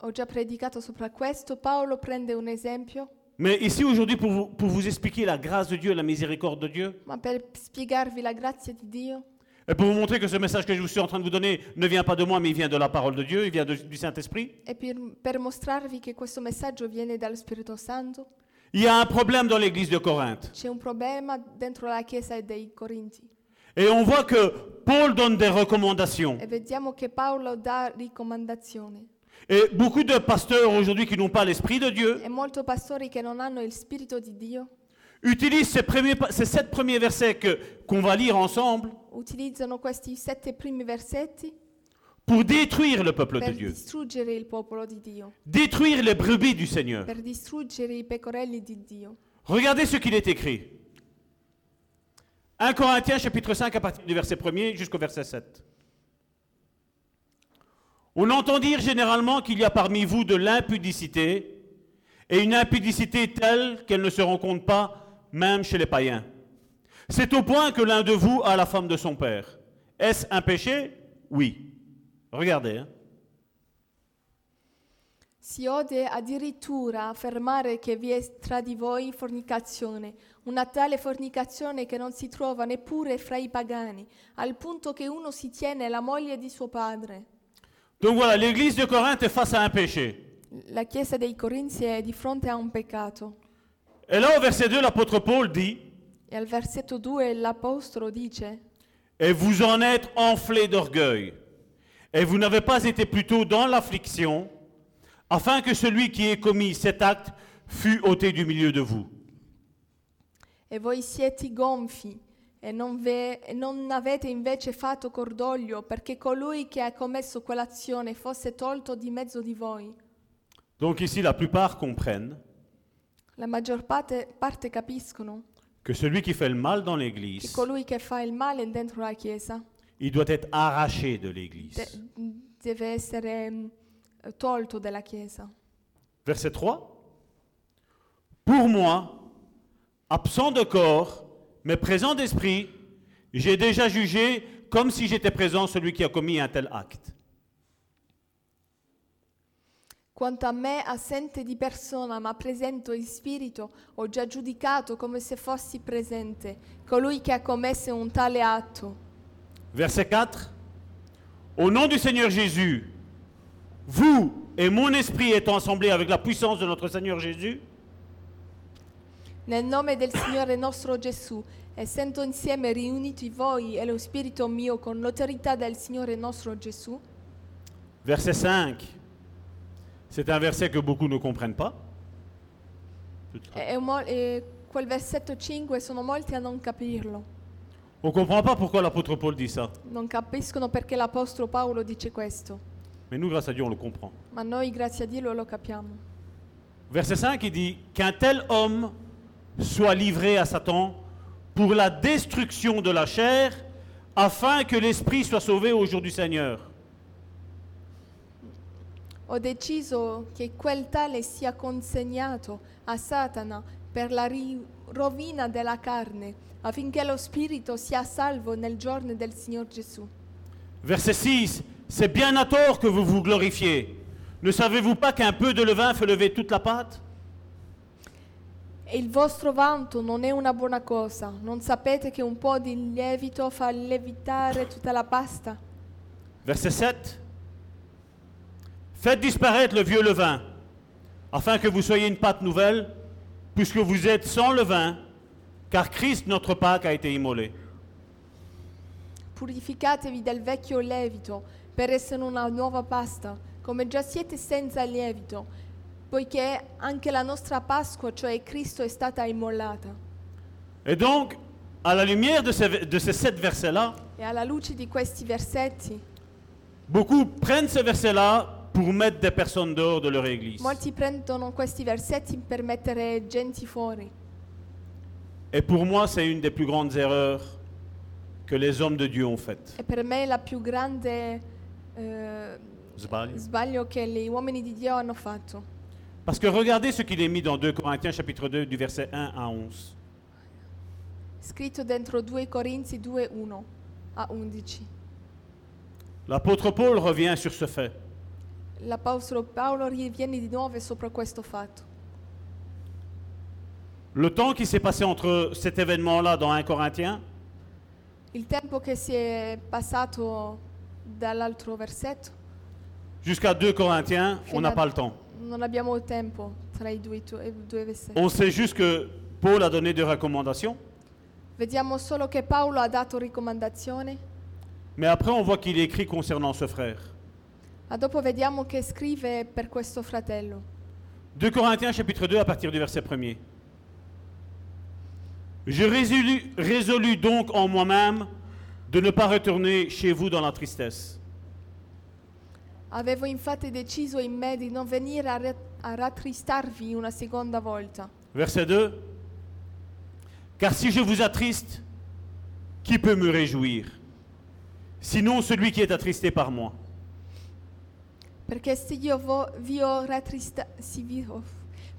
B: Ho già predicato sopra questo, Paolo prende un esempio,
A: mais ici aujourd'hui pour vous, pour vous expliquer la grâce de Dieu, la miséricorde de Dieu,
B: ma per spiegarvi la grazia di Dio
A: et pour vous montrer que ce message que je vous suis en train de vous donner ne vient pas de moi, mais il vient de la parole de Dieu, il vient de- du Saint-Esprit.
B: e per, per mostrarvi che questo messaggio viene dallo Spirito Santo,
A: Il y a un problème dans l'église de Corinthe.
B: c'è un problema dentro la Chiesa dei Corinti
A: Et on voit que Paul donne des recommandations.
B: e vediamo che Paolo dà ricomandazioni.
A: Et beaucoup de pasteurs aujourd'hui qui n'ont pas l'Esprit de Dieu
B: E molti pastori che non hanno il Spirito di Dio
A: utilise ces, premiers pa- ces sept premiers versets que- qu'on va lire ensemble
B: utilizzano questi sette primi versetti
A: pour détruire le peuple de
B: per
A: Dieu,
B: distruggere il popolo di Dio,
A: détruire les brebis du Seigneur.
B: per distruggere i pecorelli di Dio.
A: Regardez ce qu'il est écrit. 1 Corinthiens chapitre 5 à partir du verset 1er jusqu'au verset 7. On entend dire généralement qu'il y a parmi vous de l'impudicité et une impudicité telle qu'elle ne se rencontre pas même chez les païens. C'est au point que l'un de vous a la femme de son père. Est-ce un péché Oui. Regardez. hein.
B: Si ode addirittura affermare che vi è tra di voi fornicazione, una tale fornicazione che non si trova neppure fra i pagani, al punto che uno si tiene la moglie di suo padre.
A: Donc voilà, l'église de Corinthe est face à un péché.
B: La Chiesa dei Corinzi è di fronte a un peccato.
A: Et là, au verset 2, l'apôtre Paul dit,
B: E al versetto 2 l'Apostolo dice,
A: Et vous en êtes enflés d'orgueil, et vous n'avez pas été plutôt dans l'affliction, afin que celui qui ait commis cet acte fût ôté du milieu de vous.
B: E voi siete gonfi e non, ve- e non avete invece fatto cordoglio perché colui che ha commesso quell'azione fosse tolto di mezzo di voi.
A: Donc ici, la plupart comprennent
B: La maggior parte, parte capiscono
A: que celui qui fait le mal dans
B: che
A: l'Église,
B: colui che fa il male dentro la Chiesa
A: il doit être arraché de
B: de-
A: l'Église.
B: deve essere mm, tolto dalla Chiesa.
A: Verset 3. Pour moi, absent de corps, mais présent d'esprit, j'ai déjà jugé comme si j'étais présent celui qui a commis un tel acte.
B: Quanto a me, assente di persona, ma presento in spirito, ho già giudicato come se fossi presente colui che ha commesso un tale atto.
A: Verset 4. Au nom du Seigneur Jésus, vous et mon esprit étant assemblés avec la puissance de notre Seigneur Jésus,
B: Nel nome del Signore nostro Gesù, essendo insieme riuniti voi e lo Spirito mio con l'autorità del Signore nostro Gesù,
A: verset 5. C'est un verset que beaucoup ne comprennent pas.
B: e- e mo- e quel versetto 5 sono molti a non capirlo.
A: On ne comprend pas pourquoi l'apôtre Paul dit ça.
B: Non capiscono perché l'Apostolo Paolo dice questo,
A: Mais nous, grâce à Dieu, on le comprend.
B: ma noi grazie a Dio lo capiamo.
A: Verset 5, il dit Qu'un tel homme soit livré à Satan pour la destruction de la chair, afin que l'esprit soit sauvé au jour du Seigneur.
B: Ho deciso che quel tale sia consegnato a Satana per la ri- rovina della carne, affinché lo spirito sia salvo nel giorno del Signor Gesù.
A: Verset 6, c'est bien à tort que vous vous glorifiez. Ne savez-vous pas qu'un peu de levain fait lever toute la pâte
B: E il vostro vanto non è una buona cosa, non sapete che un po' di lievito fa levitare tutta la pasta?
A: Verset 7, faites disparaître le vieux levain, afin que vous soyez une pâte nouvelle, puisque vous êtes sans levain, car Christ notre Pâque a été immolé.
B: Purificatevi dal vecchio lievito per essere una nuova pasta, come già siete senza lievito, poiché anche la nostra Pasqua, cioè Cristo, è stata immollata.
A: Et donc, à la lumière de ces, de ces sept versets-là,
B: E alla luce di questi versetti,
A: beaucoup prennent ces versets-là pour mettre des personnes dehors de leur église.
B: molti prendono questi versetti per mettere genti fuori.
A: Et pour moi, c'est une des plus grandes erreurs que les hommes de Dieu ont faites.
B: E per me è la più grande eh,
D: Sbaglio.
B: sbaglio che gli uomini di Dio hanno fatto.
A: Parce que regardez ce qu'il est mis dans 2 Corinthiens chapitre 2 du verset 1 à 11.
B: Scritto dentro 2 Corinzi 2, 1 a 11.
A: L'apôtre Paul revient sur ce fait.
B: L'Apostolo Paolo riviene di nuovo sopra questo fatto.
A: Le temps qui s'est passé entre cet événement-là dans 1 Corinthiens
B: Il tempo che si è passato dall'altro versetto,
A: jusqu'à 2 Corinthiens, on n'a
B: Final.
A: pas le temps.
B: non abbiamo tempo tra i due, tu- i due versetti.
A: On sait juste que Paul a donné des recommandations,
B: Vediamo solo che Paolo ha dato raccomandazione,
A: mais après on voit qu'il écrit concernant ce frère.
B: ma dopo vediamo che scrive per questo fratello.
A: 2 Corinthiens chapitre 2 à partir du verset 1er. Je résolus, résolus donc en moi-même de ne pas retourner chez vous dans la tristesse.
B: Avevo infatti deciso in me di non venire a, ra- a rattristarvi una seconda volta.
A: Verset 2. Car si je vous attriste, qui peut me réjouir Sinon celui qui est attristé par moi.
B: Perché se io, vo- vi ho rattrista- sì, vi ho-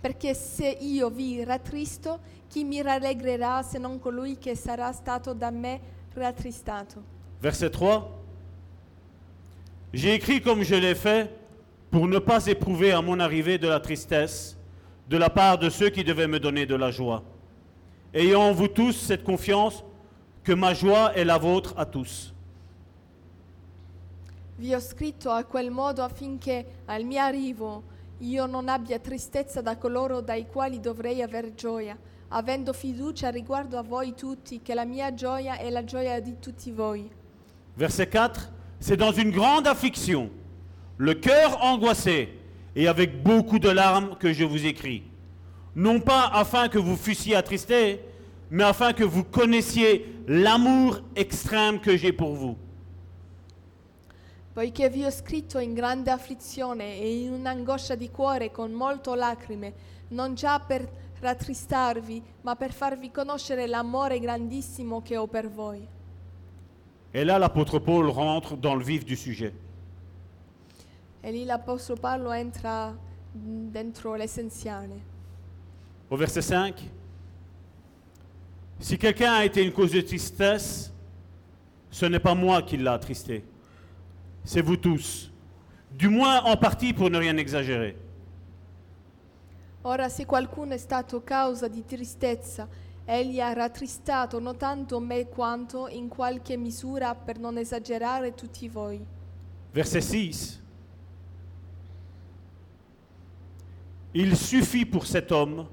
B: perché se io vi rattristo, chi mi rallegrerà se non colui che sarà stato da me rattristato?
A: Verset 3. J'ai écrit comme je l'ai fait pour ne pas éprouver à mon arrivée de la tristesse de la part de ceux qui devaient me donner de la joie. Ayant en vous tous cette confiance que ma joie est la vôtre à tous.
B: Vi ho scritto a quel modo affinché al mio arrivo io non abbia tristezza da coloro dai quali dovrei aver gioia, avendo fiducia riguardo a voi tutti che la mia gioia è la gioia di tutti voi.
A: Verset 4. C'est dans une grande affliction, le cœur angoissé et avec beaucoup de larmes que je vous écris. Non pas afin que vous fussiez attristés, mais afin que vous connaissiez l'amour extrême que j'ai pour vous.
B: Poiché vi ho scritto in grande afflizione e in un'angoscia di cuore con molto lacrime, non già per rattristarvi, ma per farvi conoscere l'amore grandissimo che ho per voi.
A: Et là, l'apôtre Paul rentre dans le vif du sujet.
B: E lì l'Apostolo Paolo entra mh, dentro l'essenziale.
A: Au verset 5, Si quelqu'un a été une cause de tristesse, ce n'est pas moi qui l'a attristé, c'est vous tous, du moins en partie pour ne rien exagérer.
B: Ora se qualcuno è stato causa di tristezza, egli ha rattristato non tanto me quanto in qualche misura per non esagerare tutti voi.
A: Verset 6, Il suffit pour cet homme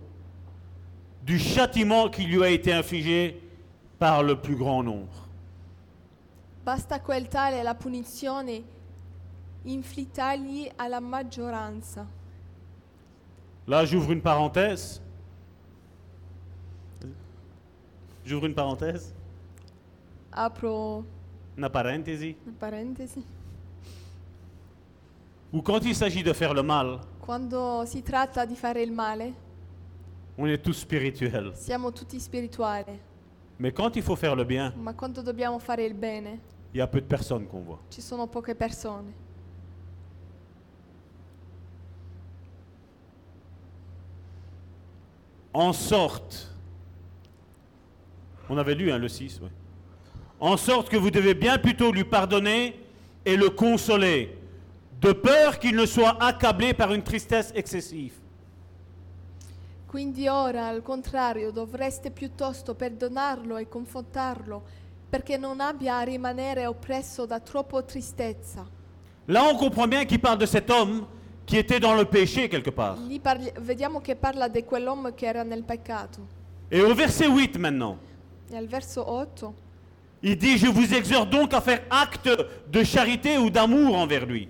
A: du châtiment qui lui a été infligé par le plus grand nombre.
B: Basta a quel tale la punizione inflittagli alla maggioranza.
A: Là, j'ouvre une parenthèse. J'ouvre une parenthèse.
B: apro
A: Una parentesi.
B: una parentesi,
A: Ou quand il s'agit de faire le mal,
B: quando si tratta di fare il male
A: on est tous spirituels.
B: siamo tutti spirituali,
A: Mais quand il faut faire le bien,
B: ma quando dobbiamo fare il bene
A: il y a peu de personnes qu'on voit.
B: ci sono poche persone.
A: En sorte, on avait lu hein, le 6, ouais. en sorte que vous devez bien plutôt lui pardonner et le consoler, de peur qu'il ne soit accablé par une tristesse excessive.
B: Quindi ora, al contrario, dovreste piuttosto perdonarlo e confortarlo perché non abbia a rimanere oppresso da troppa tristezza.
A: Là, on comprend bien qu'il parle de cet homme qui était dans le péché quelque part.
B: Lì parli- vediamo che parla di quell'uomo che era nel peccato.
A: Et au verset 8 maintenant,
B: E al verso 8
A: il dit, je vous exhorte donc à faire acte de charité ou d'amour envers lui.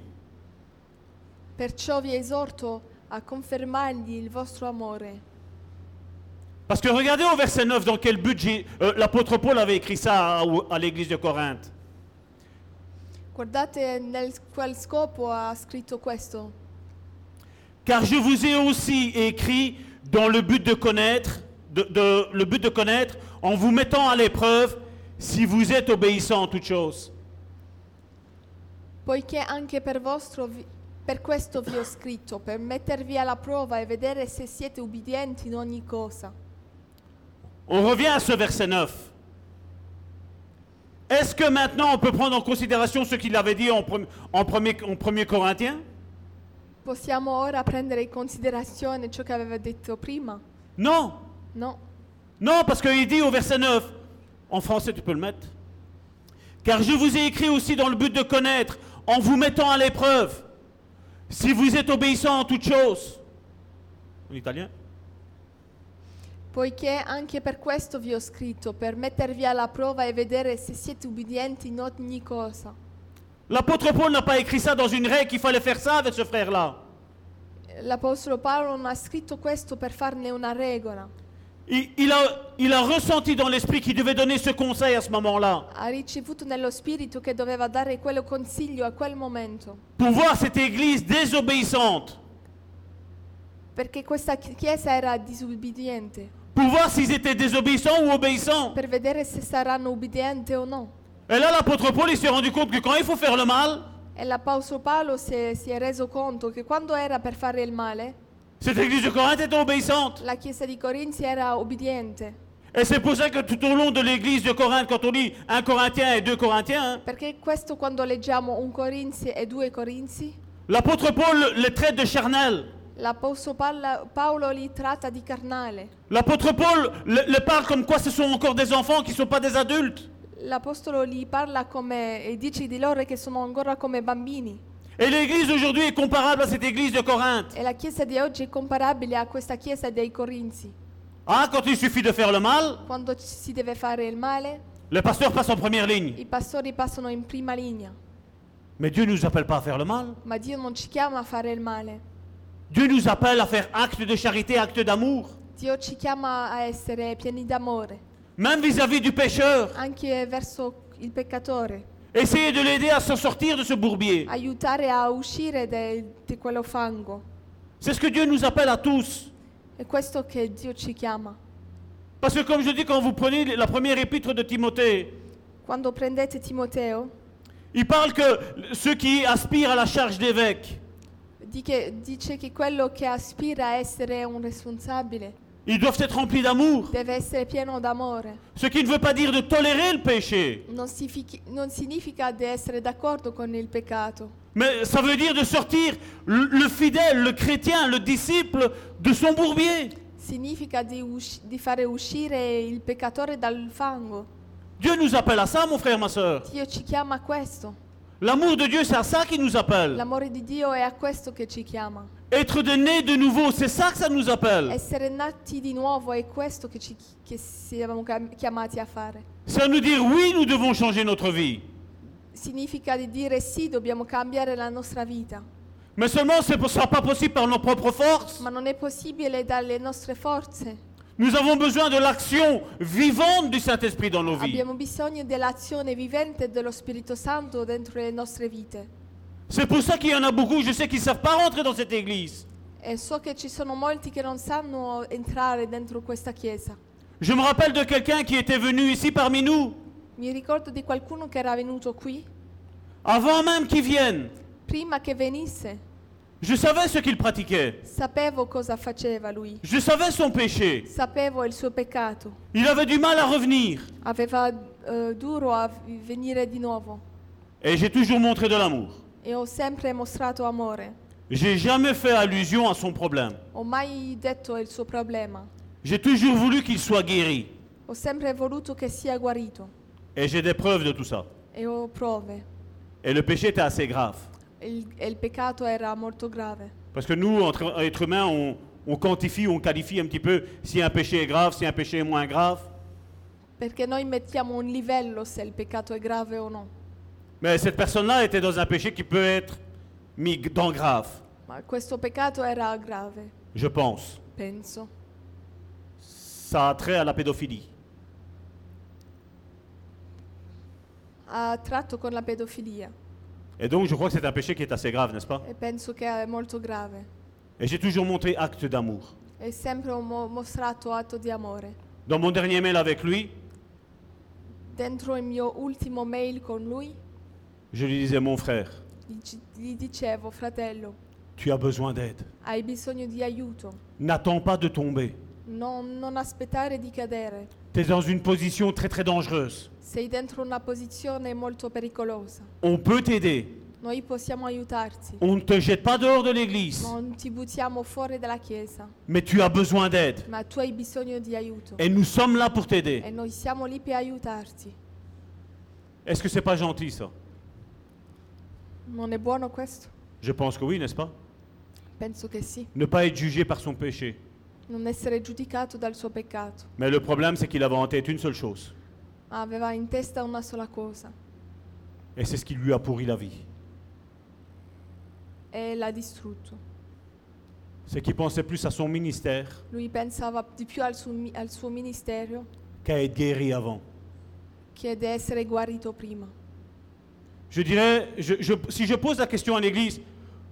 B: Perciò vi esorto a confermargli il vostro amore.
A: Parce que regardez au verset 9 dans quel but Jé- euh, l'apôtre Paul avait écrit ça à, à l'église de Corinthe.
B: Guardate nel qual scopo ha scritto questo.
A: Car je vous ai aussi écrit dans le but de connaître, de, de- le but de connaître, en vous mettant à l'épreuve, si vous êtes obéissant en toutes choses.
B: Poiché anche per, vostro vi- per questo vi ho scritto, per mettervi alla prova e vedere se siete ubbidienti in ogni cosa.
A: On revient à ce verset 9. Est-ce que maintenant on peut prendre en considération ce qu'il avait dit en, premi- en premier, en premier Corinthiens
B: Possiamo ora prendere in considerazione ciò che aveva detto prima?
A: Non,
B: No.
A: non, parce qu'il dit au verset 9, en français tu peux le mettre, car je vous ai écrit aussi dans le but de connaître, en vous mettant à l'épreuve, si vous êtes obéissant en toutes choses. En italien
B: Poiché anche per questo vi ho scritto, per mettervi alla prova e vedere se siete ubbidienti in ogni cosa.
A: L'apôtre Paul n'a pas écrit ça dans une règle qu'il fallait faire ça avec ce frère-là.
B: L'Apostolo Paolo non ha scritto questo per farne una regola,
A: Il, il a, il a ressenti dans l'esprit qu'il devait donner ce conseil à ce moment-là.
B: ha ricevuto nello spirito che doveva dare quello consiglio a quel momento,
A: pour voir cette église désobéissante,
B: perché questa chi- chiesa era disubbidiente,
A: pour voir s'ils étaient désobéissants ou obéissants.
B: per vedere se saranno ubbidienti o no.
A: Et là, l'apôtre Paul, il s'est rendu compte que quand il faut faire le mal,
B: E l'Apostolo Paolo si è, si è reso conto che quando era per fare il male,
A: cette église de Corinthe était obéissante.
B: la chiesa di Corinzi era ubbidiente,
A: Et c'est pour ça que tout au long de l'église de Corinthe, quand on lit 1 Corinthiens et 2 Corinthiens, hein,
B: perché questo quando leggiamo un Corinzi e due Corinzi,
A: l'apôtre Paul les traite de charnel.
B: l'Apostolo Paolo- Paolo li tratta di carnale.
A: L'apôtre Paul le, le parle comme quoi ce sont encore des enfants qui ne sont pas des adultes.
B: L'Apostolo li parla come, e dice di loro che sono ancora come bambini.
A: Et l'église aujourd'hui est comparable à cette église de Corinthe.
B: E la chiesa di oggi è comparabile a questa chiesa dei Corinzi.
A: Ah, quand il suffit de faire le mal,
B: Quando ci si deve fare il male,
A: le pasteur passe en première ligne.
B: i pastori passano in prima linea.
A: Mais Dieu ne nous appelle pas à faire le mal.
B: Ma Dio non ci chiama a fare il male.
A: Dieu nous appelle à faire acte de charité, acte d'amour,
B: Dio ci chiama a essere pieni d'amore,
A: même vis-à-vis du pécheur.
B: anche verso il peccatore.
A: Essayez de l'aider à s'en sortir de ce bourbier.
B: Aiutare a uscire de- di quello fango.
A: C'est ce que Dieu nous appelle à tous.
B: È questo che Dio ci chiama.
A: Parce que comme je dis, quand vous prenez la première épître de Timothée,
B: Quando prendete Timoteo,
A: il parle que ceux qui aspirent à la charge d'évêque,
B: Di che- dice che quello che aspira a essere un responsabile
A: ils doivent être remplis d'amour.
B: deve essere pieno d'amore.
A: Ce qui ne veut pas dire de tolérer le péché,
B: Non, si fichi- non significa di essere d'accordo con il peccato,
A: mais ça veut dire de sortir le, le fidèle, le chrétien, le disciple de son bourbier.
B: significa di, usci- di fare uscire il peccatore dal fango.
A: Dieu nous appelle à ça, mon frère, ma soeur.
B: Dio ci chiama a questo.
A: L'amour de Dieu, c'est à ça qu'il nous appelle.
B: L'amore di Dio è a questo che ci chiama.
A: Être de né de nouveau, c'est ça que ça nous appelle.
B: Essere nati di nuovo è questo che, ci, che siamo chiam- chiamati a fare.
A: C'est à nous dire oui, nous devons changer notre vie.
B: Significa di dire sì, dobbiamo cambiare la nostra vita,
A: Mais seulement, ce ne sera pas possible par nos propres forces.
B: ma non è possibile dalle nostre forze.
A: Nous avons besoin de l'action vivante du Saint-Esprit dans nos vies.
B: Abbiamo bisogno dell'azione vivente dello Spirito Santo dentro le nostre vite.
A: C'est pour ça qu'il y en a beaucoup, je sais, qui ne savent pas rentrer dans cette église.
B: E so che ci sono molti che non sanno entrare dentro questa chiesa.
A: Je me rappelle de quelqu'un qui était venu ici parmi nous,
B: Mi ricordo di qualcuno che era venuto qui
A: avant même qu'il vienne.
B: prima che venisse.
A: Je savais ce qu'il pratiquait.
B: Sapevo cosa faceva lui,
A: Je savais son péché.
B: sapevo il suo peccato.
A: Il avait du mal à revenir.
B: Aveva eh, duro a vi- venire di nuovo
A: Et j'ai toujours montré de l'amour.
B: e ho sempre mostrato amore.
A: J'ai jamais fait allusion à son problème.
B: Ho mai detto il suo problema.
A: J'ai toujours voulu qu'il soit guéri.
B: Ho sempre voluto che sia guarito
A: Et j'ai des preuves de tout ça.
B: e ho prove.
A: Et le péché était assez grave.
B: Il, e il peccato era molto grave.
A: Parce que nous, entre êtres humains, on, on quantifie, on qualifie un petit peu si un péché est grave, si un péché est moins grave.
B: Perché noi mettiamo un livello se il peccato è grave o no.
A: Mais cette personne-là était dans un péché qui peut être mis g- dans grave,
B: Ma questo peccato era grave,
A: je pense.
B: penso.
A: Ça a trait à la pédophilie.
B: Ha tratto con la pedofilia
A: Et donc, je crois que c'est un péché qui est assez grave, n'est-ce pas
B: e penso che è molto grave.
A: Et j'ai toujours montré acte d'amour.
B: E sempre ho mo- mostrato atto di amore.
A: Dans mon dernier mail avec lui,
B: Dentro il mio ultimo mail con lui
A: je lui disais, mon frère,
B: dici- gli dicevo, fratello,
A: tu as besoin d'aide.
B: hai bisogno di aiuto.
A: N'attends pas de tomber.
B: Non, non aspettare di cadere.
A: Tu es dans une position très très dangereuse.
B: Sei dentro una posizione molto pericolosa.
A: On peut t'aider.
B: Noi possiamo aiutarti.
A: On ne te jette pas dehors de l'église.
B: Non ti buttiamo fuori dalla chiesa,
A: Mais tu as besoin d'aide.
B: ma tu hai bisogno di aiuto.
A: Et nous sommes là pour t'aider.
B: E noi siamo lì per aiutarti.
A: Est-ce que c'est pas gentil ça
B: Non è buono questo?
A: Je pense que oui, n'est-ce pas
B: Penso che sì.
A: Ne pas être jugé par son péché.
B: Non essere giudicato dal suo peccato.
A: Mais le problème, c'est qu'il avait en tête une seule chose.
B: Ma aveva in testa una sola cosa
A: Et c'est ce qui lui a pourri la vie.
B: e l'ha distrutto.
A: C'est qu'il pensait plus à son ministère
B: Lui pensava di più al suo, mi- al suo ministero
A: qu'à être guéri avant.
B: che di essere guarito prima.
A: Je dirais, je- je- si je pose la question à l'église,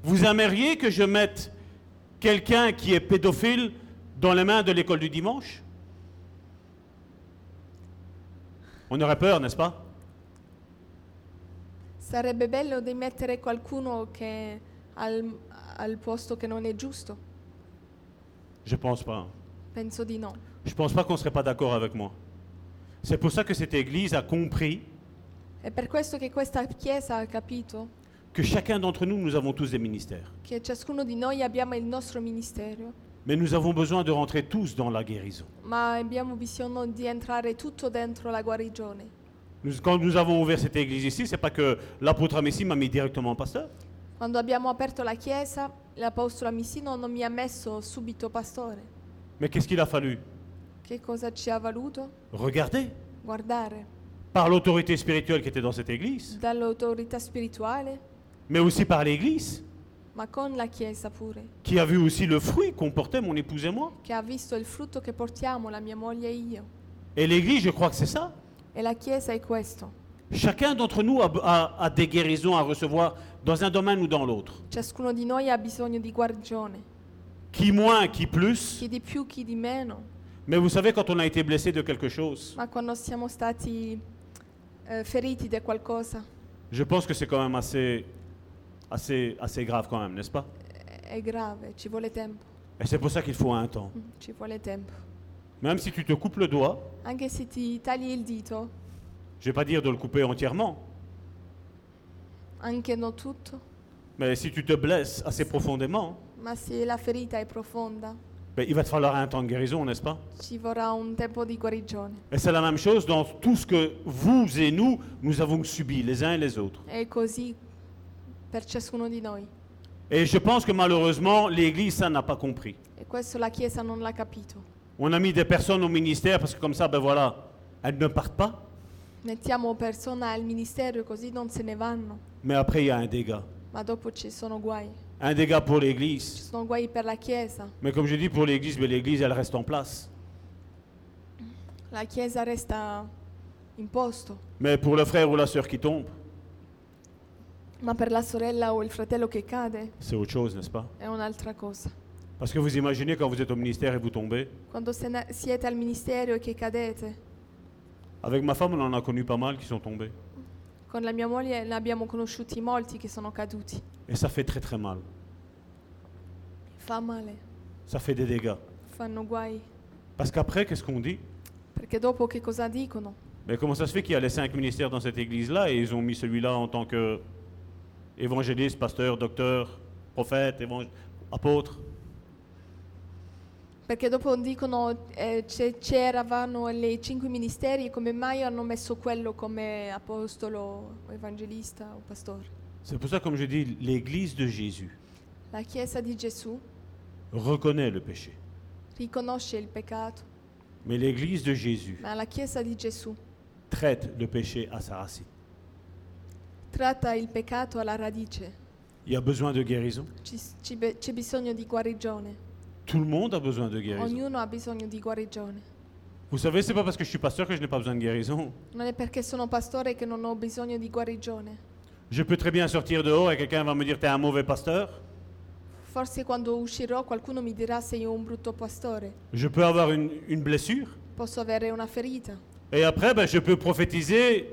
A: vous aimeriez que je mette quelqu'un qui est pédophile dans les mains de l'école du dimanche On aurait peur, n'est-ce pas
B: Sarebbe bello di mettere qualcuno che al, al posto che non è giusto?
A: Je pense pas.
B: Penso di no.
A: Je pense pas qu'on serait pas d'accord avec moi. C'est pour ça que cette église a compris
B: È per questo che questa Chiesa ha capito
A: que chacun d'entre nous, nous avons tous des ministères.
B: che ciascuno di noi abbiamo il nostro ministero,
A: Mais nous avons besoin de rentrer tous dans la guérison.
B: ma abbiamo bisogno di entrare tutto dentro la guarigione.
A: Nous- quand nous avons ouvert cette église ici, c'est pas que l'apôtre Messi m'a mis directement en pasteur.
B: Quando abbiamo aperto la chiesa, l'apostolo Missino non mi ha messo subito pastore.
A: Mais qu'est-ce qu'il a fallu
B: Che cosa ci ha valuto?
A: Regardez
B: Guardare
A: par l'autorité spirituelle qui était dans cette église,
B: dall'autorità spirituale,
A: mais aussi par l'église
B: ma con la chiesa pure,
A: qui a vu aussi le fruit qu'on portait, mon épouse et moi.
B: che ha visto il frutto che portiamo la mia moglie e io.
A: Et l'église, je crois que c'est ça.
B: E la chiesa è questo.
A: Chacun d'entre nous a, a- a des guérisons à recevoir dans un domaine ou dans l'autre.
B: Ciascuno di noi ha bisogno di guarigione,
A: Qui moins, qui plus.
B: chi di più, chi di meno,
A: Mais vous savez, quand on a été blessé de quelque chose,
B: ma quando siamo stati eh, feriti da qualcosa
A: je pense que c'est quand même assez, assez, assez grave quand même, n'est-ce pas
B: è è grave, ci vuole tempo,
A: Et c'est pour ça qu'il faut un temps.
B: Mm, ci vuole tempo.
A: Même si tu te coupes le doigt,
B: Anche se ti tagli il dito,
A: je vais pas dire de le couper entièrement,
B: anche non tutto,
A: mais si tu te blesses assez profondément,
B: Ma se la ferita è profonda,
A: ben, il va te falloir un temps de guérison, n'est-ce pas
B: ci vorrà un tempo di guarigione.
A: Et c'est la même chose dans tout ce que vous et nous, nous avons subi les uns et les autres.
B: È così per ciascuno di noi.
A: Et je pense que malheureusement, l'Église, ça n'a pas compris.
B: E questo la Chiesa non l'ha capito.
A: On a mis des personnes au ministère parce que comme ça, ben voilà, elles ne partent pas,
B: Mettiamo persone al ministero così non se ne vanno,
A: mais après, il y a un dégât.
B: ma dopo ci sono guai.
A: Un dégât pour
B: Ci
A: l'Église.
B: sono guai per la Chiesa,
A: Mais comme je dis pour l'Église, ben, l'Église, elle reste en place.
B: la Chiesa resta in posto.
A: Mais pour le frère ou la sœur qui tombe,
B: Ma per la sorella o il fratello che cade
A: c'est autre chose, n'est-ce pas
B: è un'altra cosa.
A: Parce que vous imaginez quand vous êtes au ministère et vous tombez.
B: Quando se ne- siete al ministero e che cadete,
A: Avec ma femme, on en a connu pas mal qui sont tombés.
B: con la mia moglie ne abbiamo conosciuti molti che sono caduti.
A: Et ça fait très très mal.
B: Fa male,
A: Ça fait des dégâts.
B: fanno guai.
A: Parce qu'après, qu'est-ce qu'on dit
B: Perché dopo che cosa dicono?
A: Mais comment ça se fait qu'il y a les cinq ministères dans cette église-là et ils ont mis celui-là en tant que évangéliste, pasteur, docteur, prophète, évang- apôtre
B: Perché dopo dicono eh, c'è- c'eravano le cinque ministeri, come mai hanno messo quello come apostolo, o evangelista o pastore?
A: C'est pour ça, comme je dis, l'église de Jésus
B: La Chiesa di Gesù
A: reconnaît le péché.
B: riconosce il peccato,
A: Mais l'église de Jésus
B: ma la Chiesa di Gesù
A: traite le péché à sa racine.
B: tratta il peccato alla radice.
A: Il y a besoin de guérison.
B: Ci- ci be- c'è bisogno di guarigione.
A: Tout le monde a besoin de guérison.
B: Ognuno ha bisogno di guarigione.
A: Vous savez, c'est pas parce que je suis pasteur que je n'ai pas besoin de guérison.
B: Non è perché sono pastore che non ho bisogno di guarigione.
A: Je peux très bien sortir dehors et quelqu'un va me dire T'es un mauvais pasteur.
B: Forse quando uscirò qualcuno mi dirà sei un brutto pastore.
A: Je peux avoir une, une blessure.
B: Posso avere una ferita.
A: Et après, ben, je peux prophétiser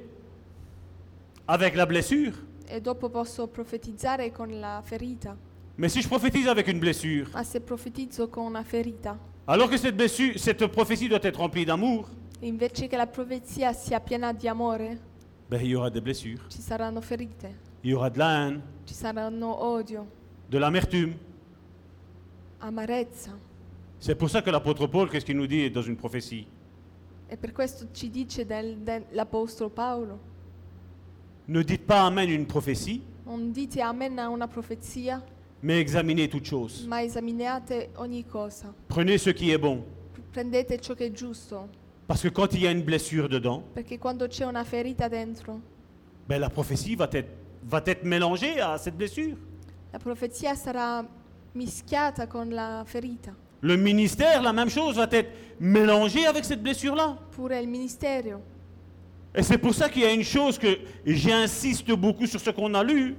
A: avec la blessure.
B: E dopo posso profetizzare con la ferita.
A: Mais si je prophétise avec une blessure,
B: Ma se profetizzo con una ferita,
A: alors que cette, blessure, cette prophétie doit être remplie d'amour,
B: invece che la profezia sia piena di amore,
A: ben, il y aura des blessures.
B: ci saranno ferite,
A: Il y aura de la haine,
B: ci saranno odio,
A: de l'amertume.
B: amarezza.
A: C'est pour ça que l'apôtre Paul, qu'est-ce qu'il nous dit dans une prophétie
B: E per questo ci dice del- dell'Apostolo Paolo,
A: Ne dites pas Amen une prophétie,
B: non dite amen a una profezia,
A: mais examinez toute chose.
B: ma esaminate ogni cosa.
A: Prenez ce qui est bon.
B: Prendete ciò che è giusto,
A: Parce que quand il y a une blessure dedans,
B: perché quando c'è una ferita dentro,
A: ben, la prophétie va être, va être mélangée à cette blessure.
B: la profezia sarà mischiata con la ferita.
A: Le ministère, la même chose, va être mélangé avec cette blessure-là.
B: Pure il ministero.
A: Et c'est pour ça qu'il y a une chose que j'insiste beaucoup sur ce qu'on a lu.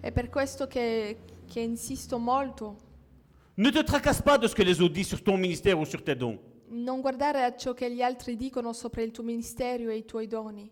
B: È per questo che, che insisto molto.
A: Ne te tracasse pas de ce que les autres disent sur ton ministère ou sur tes dons.
B: Non guardare a ciò che gli altri dicono sopra il tuo ministero e i tuoi doni,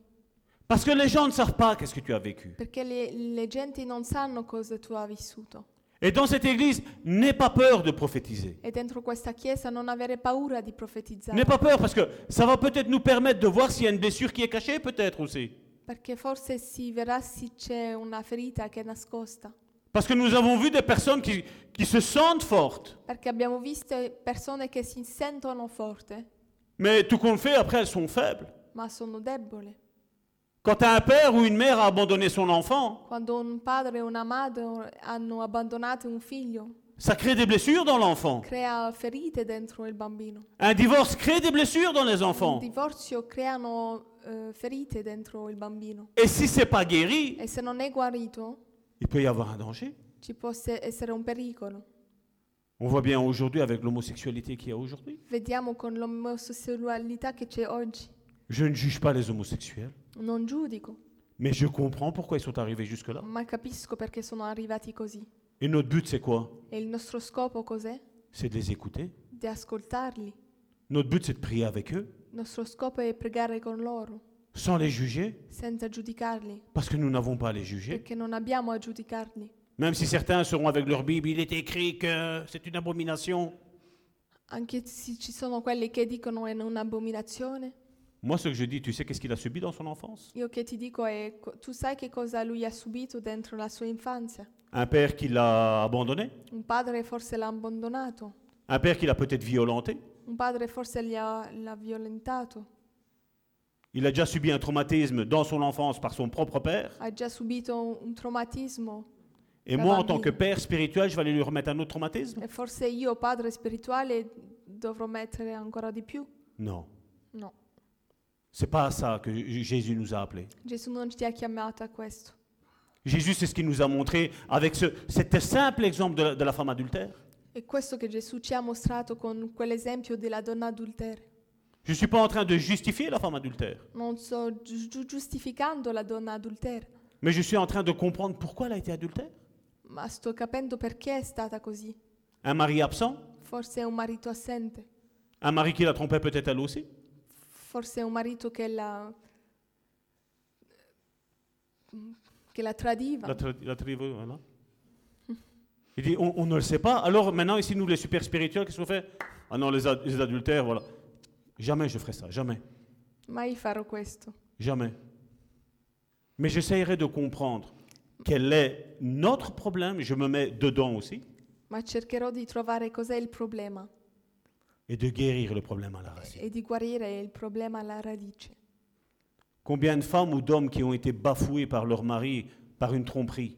A: Parce que les gens ne savent pas qu'est-ce que tu as vécu.
B: perché le, le genti non sanno cosa tu hai vissuto.
A: Et dans cette église, n'aie pas peur de prophétiser.
B: E dentro questa chiesa non avere paura di profetizzare,
A: N'aie pas peur parce que ça va peut-être nous permettre de voir s'il y a une blessure qui est cachée peut-être aussi.
B: perché forse si verrà se c'è una ferita che è nascosta.
A: Parce que nous avons vu des personnes qui, qui se sentent fortes.
B: Perché abbiamo visto persone che si sentono forti,
A: Mais tout compte fait, après, elles sont faibles.
B: ma sono deboli.
A: Quand un père ou une mère a abandonné son enfant,
B: Quando un padre e una madre hanno abbandonato un figlio,
A: ça crée des blessures dans l'enfant.
B: crea ferite dentro il bambino.
A: Un divorce crée des blessures dans les
B: Il
A: enfants.
B: divorzio creano eh, ferite dentro il bambino.
A: Et si c'est pas guéri,
B: E se non è guarito,
A: il peut y avoir un danger.
B: ci può se- essere un pericolo.
A: On voit bien aujourd'hui avec l'homosexualité qu'il y a aujourd'hui.
B: Vediamo con l'omosessualità che c'è oggi.
A: Je ne juge pas les homosexuels,
B: Non giudico,
A: mais je comprends pourquoi ils sont arrivés jusque-là.
B: ma capisco perché sono arrivati così.
A: Et notre but, c'est quoi
B: E il nostro scopo cos'è?
A: C'est de les écouter.
B: Di ascoltarli.
A: Notre but, c'est de prier avec eux,
B: Il nostro scopo è pregare con loro,
A: sans les juger,
B: senza giudicarli,
A: parce que nous n'avons pas à les juger.
B: perché non abbiamo a giudicarli.
A: Même si certains seront avec leur Bible, il est écrit que c'est une abomination.
B: Anche se ci sono quelli che dicono è un'abominazione,
A: Moi, ce que je dis, tu sais qu'est-ce qu'il a subi dans son enfance
B: io che ti dico è, co- tu sai che cosa lui ha subito dentro la sua infanzia?
A: Un père qui l'a abandonné,
B: Un padre forse l'ha abbandonato,
A: un père qui l'a peut-être violenté.
B: un padre forse gli ha- l'ha violentato,
A: Il a déjà subi un traumatisme dans son enfance par son propre père.
B: ha già subito un, un traumatismo
A: Et
B: La
A: moi, en
B: bambine.
A: tant que père spirituel, je vais aller lui remettre un autre traumatisme
B: e forse io, padre spirituale, dovrò mettere ancora di più?
A: Non,
B: No,
A: c'est pas à ça que J- Jésus nous a appelés.
B: Gesù non ci ha chiamato a questo.
A: Jésus, c'est ce qu'il nous a montré avec ce, cet simple exemple de la, de la femme adultère.
B: È questo che Gesù ci ha mostrato con quell'esempio della donna adultera.
A: Je ne suis pas en train de justifier la femme adultère,
B: Non sto gi- gi- giustificando la donna adultera,
A: mais je suis en train de comprendre pourquoi elle a été adultère.
B: ma sto capendo perché è stata così.
A: Un mari absent,
B: Forse è un marito assente,
A: un mari qui la trompait peut-être elle aussi.
B: forse è un marito che la che la tradiva.
A: La tra- la tribu, voilà. Il dit, on, on ne le sait pas. Alors maintenant, ici, nous, les super spirituels, qu'est-ce qu'on fait Ah non, les, ad- les adultères, voilà. Jamais je ferai ça, jamais,
B: Mai farò questo.
A: jamais. Mais j'essayerai de comprendre quel est notre problème, je me mets dedans aussi,
B: Ma cercherò di trovare cos'è il problema
A: et de guérir le problème à la racine.
B: e di guarire il problema alla radice.
A: Combien de femmes ou d'hommes qui ont été bafoués par leur mari par une tromperie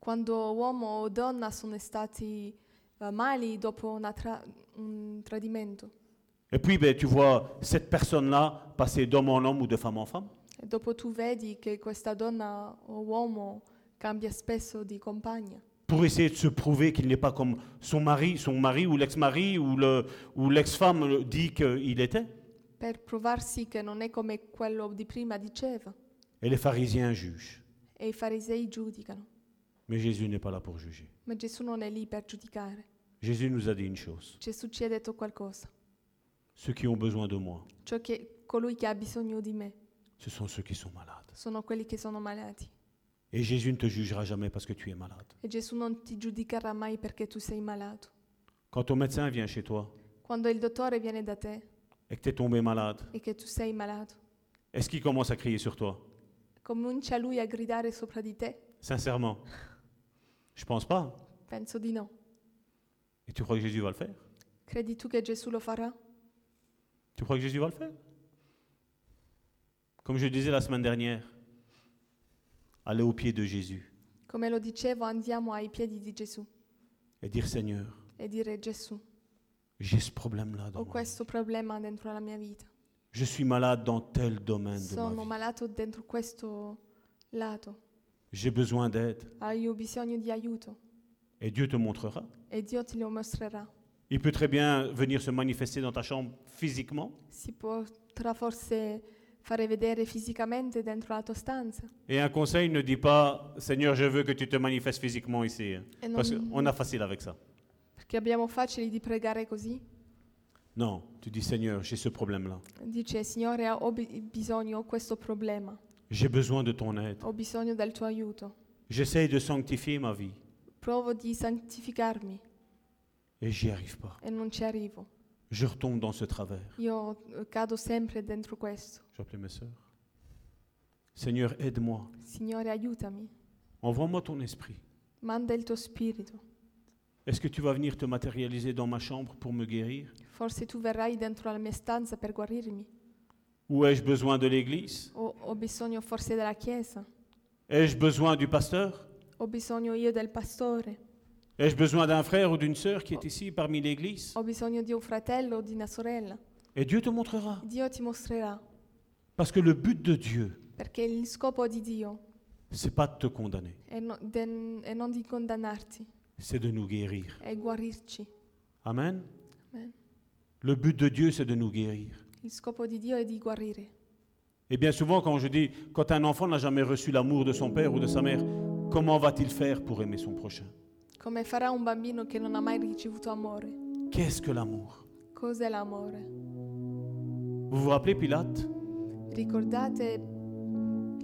B: Quando uomo o donna sono stati eh, mali dopo una tra- un tradimento,
A: Et puis, ben, tu vois cette personne-là passer d'homme en homme ou de femme en femme.
B: e dopo tu vedi che questa donna o uomo cambia spesso di compagna
A: pour essayer de se prouver qu'il n'est pas comme son mari, son mari ou l'ex-mari ou, le, ou l'ex-femme le- dit qu'il était.
B: per provarsi che non è come quello di prima diceva.
A: Et les pharisiens jugent.
B: E i farisei giudicano,
A: Mais Jésus n'est pas là pour juger.
B: ma Gesù non è lì per giudicare.
A: Jésus nous a dit une chose.
B: Gesù ci ha detto qualcosa,
A: Ceux qui ont besoin de moi,
B: cioè che colui che ha bisogno di me
A: ce sont ceux qui sont malades.
B: sono quelli che sono malati.
A: Et Jésus ne te jugera jamais parce que tu es malade.
B: E Gesù non ti giudicherà mai perché tu sei malato.
A: Quand ton médecin vient chez toi
B: Quando il dottore viene da te
A: et que tu es tombé malade,
B: e che tu sei malato,
A: est-ce qu'il commence à crier sur toi
B: comincia lui a gridare sopra di te?
A: Sincèrement, je pense pas.
B: Penso di no.
A: Et tu crois que Jésus va le faire
B: Credi tu che Gesù lo farà?
A: Tu crois que Jésus va le faire Comme je disais la semaine dernière, aller au pied de Jésus
B: Come lo dicevo, andiamo ai piedi di Gesù
A: et dire Seigneur,
B: e dire Gesù,
A: j'ai ce problème-là dans ma
B: ho
A: vie.
B: questo problema dentro la mia vita.
A: Je suis malade dans tel domaine de
B: Sono
A: ma vie.
B: malato dentro questo lato.
A: J'ai besoin d'aide
B: Ah, io ho bisogno di aiuto
A: et Dieu te montrera.
B: e Dio te lo mostrerà.
A: Il peut très bien venir se manifester dans ta chambre physiquement
B: Si potrà forse fare vedere fisicamente dentro la tua stanza.
A: et un conseil ne dit pas Seigneur, je veux que tu te manifestes physiquement ici. hein,
B: E non-
A: Parce qu'on a facile avec ça.
B: Perché abbiamo facili di pregare così.
A: Non, tu dis Seigneur, j'ai ce problème-là.
B: Dice, Signore, ho bi- bisogno, ho questo problema,
A: J'ai besoin de ton aide.
B: ho bisogno del tuo aiuto.
A: J'essaye de sanctifier ma vie
B: Provo di santificarmi
A: et j'y arrive pas.
B: e non ci arrivo.
A: Je retombe dans ce travers.
B: Io eh, cado sempre dentro questo.
A: Je vais appeler mes sœurs. Seigneur, aide-moi.
B: Signore, aiutami.
A: Envoie-moi ton esprit.
B: Manda il tuo spirito.
A: Est-ce que tu vas venir te matérialiser dans ma chambre pour me guérir
B: Forse tu verrai dentro la mia stanza per guarirmi.
A: Ou ai-je besoin de l'église
B: Ho, ho bisogno forse della chiesa.
A: Ai-je besoin du pasteur
B: Ho bisogno io del pastore.
A: Ai-je besoin d'un frère ou d'une sœur qui est ici parmi l'église
B: Ho bisogno di un fratello o di una sorella.
A: Et Dieu te montrera.
B: Dio ti mostrerà.
A: Parce que le but de Dieu,
B: Perché il scopo di Dio
A: c'est pas de te condamner,
B: è, no- den- è non di condannarti,
A: c'est de nous guérir.
B: è guarirci.
A: Amen
B: Amen.
A: Le but de Dieu, c'est de nous guérir.
B: Il scopo di Dio è di guarire.
A: Et bien souvent, quand je dis, quand un enfant n'a jamais reçu l'amour de son père ou de sa mère, comment va-t-il faire pour aimer son prochain
B: Come farà un bambino che non ha mai ricevuto amore?
A: Qu'est-ce que l'amour
B: Cos'è l'amore?
A: Vous vous rappelez Pilate
B: Ricordate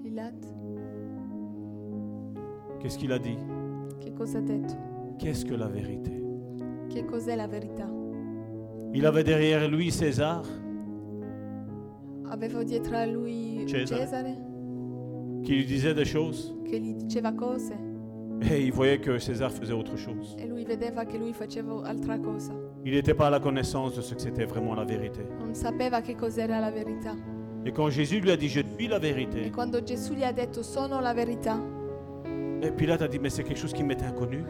B: Pilat?
A: Qu'est-ce qu'il a dit
B: Che cosa ha detto?
A: Qu'est-ce que la vérité
B: Che cos'è la verità?
A: Il avait derrière lui César,
B: Avevo dietro a lui
A: Cesare.
B: Cesare,
A: qui lui disait des choses,
B: che gli diceva cose
A: et il voyait que César faisait autre chose.
B: e lui vedeva che lui faceva altra cosa.
A: Il n'était pas à la connaissance de ce que c'était vraiment la vérité.
B: Non sapeva che cos'era la verità.
A: Et quand Jésus lui a dit, je suis la
B: E
A: vérité,
B: quando Gesù gli ha detto sono la verità,
A: et Pilate a dit, mais c'est quelque chose qui m'était inconnu.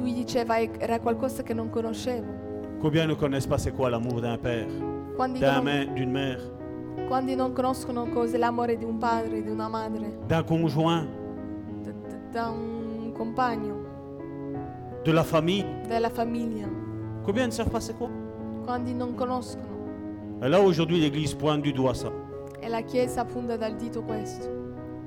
B: lui diceva "E- era qualcosa che non conoscevo.
A: Combien ne connaissent pas c'est quoi l'amour d'un père,
B: Quando
A: d'un
B: non,
A: main- d'une mère,
B: quando non conoscono cos'è l'amore di un padre, di una madre,
A: d'un conjoint,
B: d- d- da un compagno,
A: de la famille
B: della famiglia,
A: Combien ne savent pas c'est quoi
B: quando non conoscono,
A: Et là, aujourd'hui, l'Église pointe du doigt ça.
B: E la Chiesa punta dal dito questo.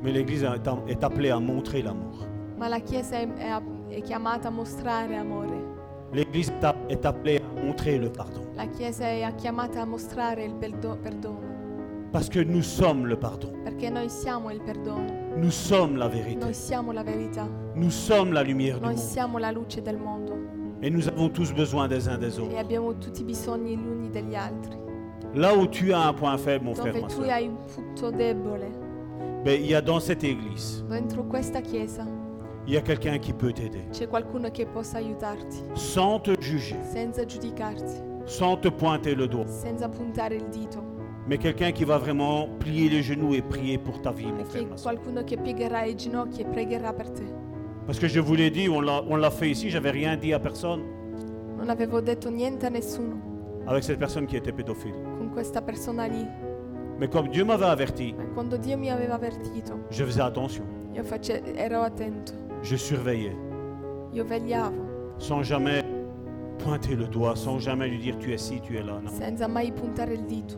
A: Mais l'Église est a- est appelée à montrer l'amour.
B: Ma la Chiesa è, è- è chiamata a mostrare amore.
A: L'Église est a- est appelée à montrer le pardon.
B: La Chiesa è chiamata a mostrare il perdo- perdono.
A: Parce que nous sommes le pardon.
B: Perché noi siamo il perdono.
A: Nous sommes la vérité.
B: Noi siamo la verità.
A: Nous sommes la lumière du
B: Noi
A: monde.
B: siamo la luce del mondo.
A: Et nous avons tous besoin des uns des
B: E
A: autres.
B: abbiamo tutti bisogni gli uni degli altri.
A: Là où tu as un point faible, mon frère,
B: Dove
A: ma
B: tu
A: soeur,
B: hai un punto debole.
A: ben, il y a dans cette Église,
B: Dentro questa Chiesa
A: il y a quelqu'un qui peut t'aider.
B: c'è qualcuno che possa aiutarti.
A: Sans te juger,
B: Senza giudicarti.
A: sans te pointer le doigt.
B: Senza puntare il dito.
A: Mais quelqu'un qui va vraiment plier les genoux et prier pour ta vie, mon frère,
B: Perché
A: ma soeur.
B: qualcuno che piegherà i ginocchi e pregherà per te.
A: Parce que je vous l'ai dit, on l'a on l'a fait ici, j'avais rien dit à personne
B: Non avevo detto niente a nessuno
A: avec cette personne qui était pédophile.
B: con questa persona lì,
A: Mais comme Dieu m'avait averti,
B: ma quando Dio mi aveva avvertito,
A: je faisais attention,
B: io face- ero attento,
A: je surveillais,
B: io vegliavo,
A: sans jamais pointer le doigt, sans jamais lui dire tu es ci, tu es là. Non.
B: senza mai puntare il dito.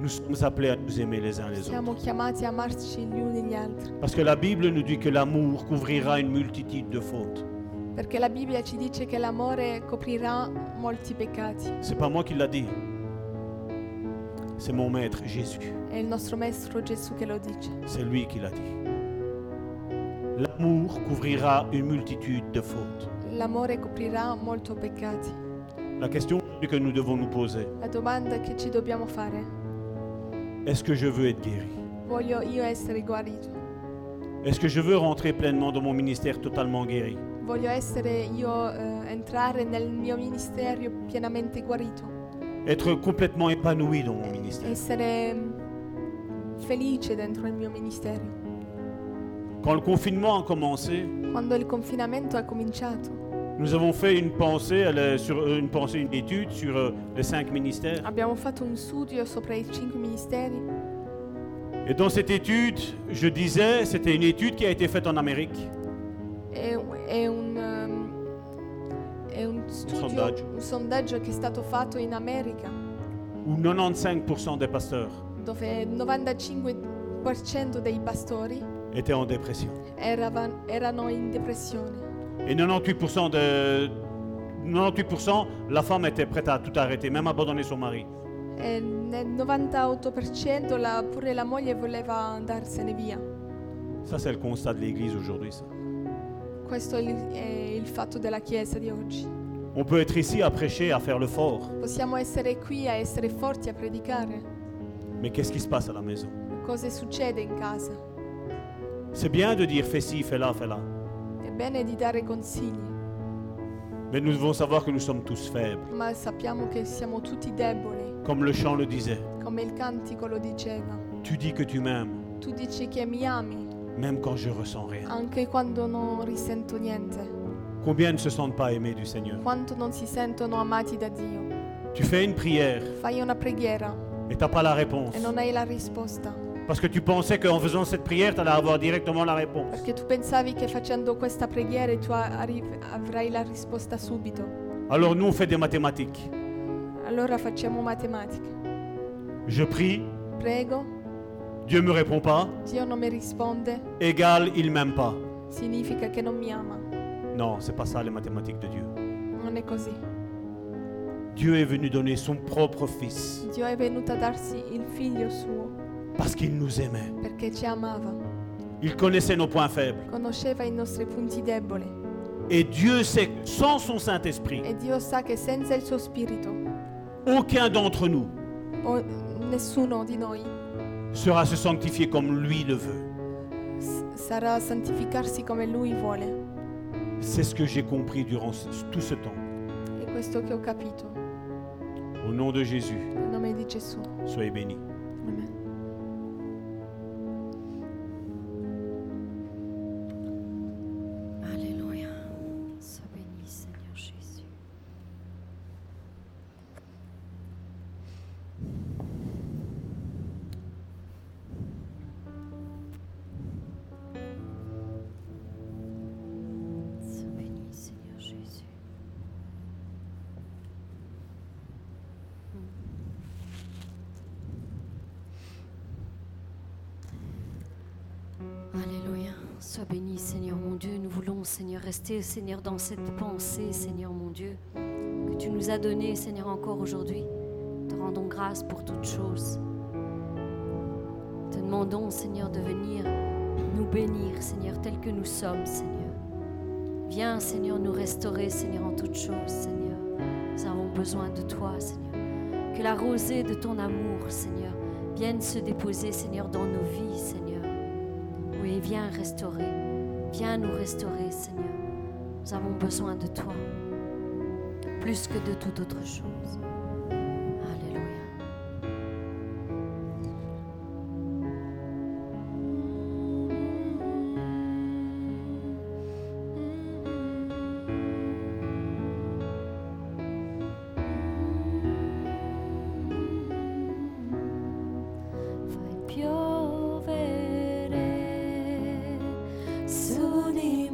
A: Nous sommes appelés à nous aimer les uns les autres.
B: Siamo chiamati a amarci gli uni gli altri,
A: Parce que la Bible nous dit que l'amour couvrira une multitude de fautes.
B: perché la Bibbia ci dice che l'amore coprirà molti peccati.
A: C'est pas moi qui l'a dit. C'est mon maître Jésus.
B: È il nostro Maestro Gesù che lo dice.
A: C'est lui qui l'a dit. L'amour couvrira une multitude de fautes.
B: L'amore coprirà molti peccati.
A: La question que nous devons nous poser,
B: La domanda che ci dobbiamo fare,
A: est-ce que je veux être guéri
B: voglio io essere guarito?
A: Est-ce que je veux rentrer pleinement dans mon ministère totalement guéri
B: Voglio essere io eh, entrare nel mio ministero pienamente guarito?
A: Être complètement épanoui dans mon ministère
B: essere mm, felice dentro il mio ministero.
A: Quand le confinement a commencé,
B: Quando il confinamento è cominciato,
A: nous avons fait une pensée, elle est sur, euh, une pensée, une étude sur euh, les cinq ministères.
B: abbiamo fatto un studio sopra i cinque ministeri
A: Et dans cette étude, je disais, c'était une étude qui a été faite en Amérique.
B: e è un, ehm, è un studio,
A: sondaggio.
B: un sondaggio che è stato fatto in America,
A: où 95% des pasteurs
B: dove il 95% dei pastori
A: étaient en dépression.
B: eravan- erano in depressione
A: Et 98% de... 98%, la femme était prête à tout arrêter, même abandonner son mari.
B: e nel 98% la- pure la moglie voleva andarsene via.
A: Ça, c'est le constat de l'Église aujourd'hui. ça.
B: Questo è il- è il fatto della Chiesa di oggi.
A: On peut être ici à prêcher, à faire le fort,
B: Possiamo essere qui a essere forti a predicare.
A: mais qu'est-ce qui se passe à la maison
B: Cosa succede in casa?
A: C'est bien de dire fais ci, fais là, fais là.
B: È bene di dare consigli,
A: Mais nous devons savoir que nous sommes tous faibles,
B: ma sappiamo che siamo tutti deboli,
A: comme le chant le disait.
B: come il cantico lo diceva.
A: Tu dis que tu m'aimes,
B: Tu dici che mi ami,
A: même quand je ressens rien.
B: anche quando non risento niente,
A: Combien ne se sentent pas aimés du Seigneur
B: quanto non si sentono amati da Dio.
A: Tu fais une prière
B: Fai una preghiera
A: et t'as pas la réponse.
B: e non hai la risposta,
A: Parce que tu pensais qu'en faisant cette prière, tu allais avoir directement la réponse.
B: perché tu pensavi che facendo questa preghiera tu a- arri- avrai la risposta subito.
A: Alors nous, on fait des mathématiques.
B: Allora facciamo matematica.
A: Je prie,
B: Prego,
A: Dieu me répond pas,
B: Dio non mi risponde,
A: égale, il m'aime pas.
B: significa che non mi ama.
A: Non, c'est pas ça les mathématiques de Dieu.
B: Non è così.
A: Dieu est venu donner son propre fils
B: Dio è venuto a darsi il figlio suo
A: parce qu'il nous aimait.
B: perché ci amava,
A: Il connaissait nos points faibles.
B: conosceva i nostri punti deboli
A: Et Dieu sait que sans son Saint-Esprit,
B: e Dio sa che senza il suo spirito
A: aucun d'entre nous
B: o- nessuno di noi
A: sera se sanctifié comme lui le veut.
B: s- sarà a santificarsi come lui vuole.
A: C'est ce que j'ai compris durant ce- tout ce temps.
B: È questo che ho capito.
A: Au nom de Jésus,
B: Nel nome di Gesù.
A: soyez bénis.
B: Amen.
E: Alléluia. Sois béni, Seigneur Jésus. Sois béni, Seigneur Jésus. Sois béni, Seigneur mon Dieu. Nous voulons, Seigneur, rester, Seigneur, dans cette pensée, Seigneur mon Dieu, que tu nous as donnée, Seigneur, encore aujourd'hui. Te rendons grâce pour toutes choses. Te demandons, Seigneur, de venir nous bénir, Seigneur, tel que nous sommes, Seigneur. Viens, Seigneur, nous restaurer, Seigneur, en toutes choses, Seigneur. Nous avons besoin de toi, Seigneur. Que la rosée de ton amour, Seigneur, vienne se déposer, Seigneur, dans nos vies, Seigneur. Oui, viens restaurer. Viens nous restaurer, Seigneur. Nous avons besoin de toi, plus que de toute autre chose. Alléluia. Fai piovere su di me,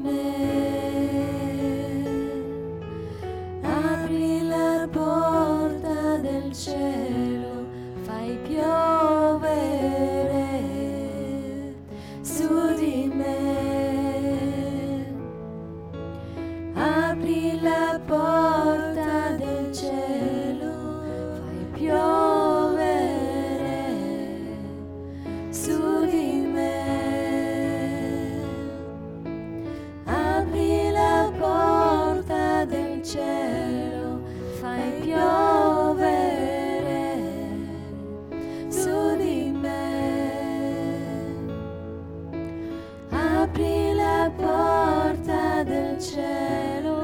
E: apri la porta del cielo, fai piovere su di me, apri la porta del cielo, fai piovere su di me. Apri la porta del cielo, fai piovere su di me. Apri la porta del cielo,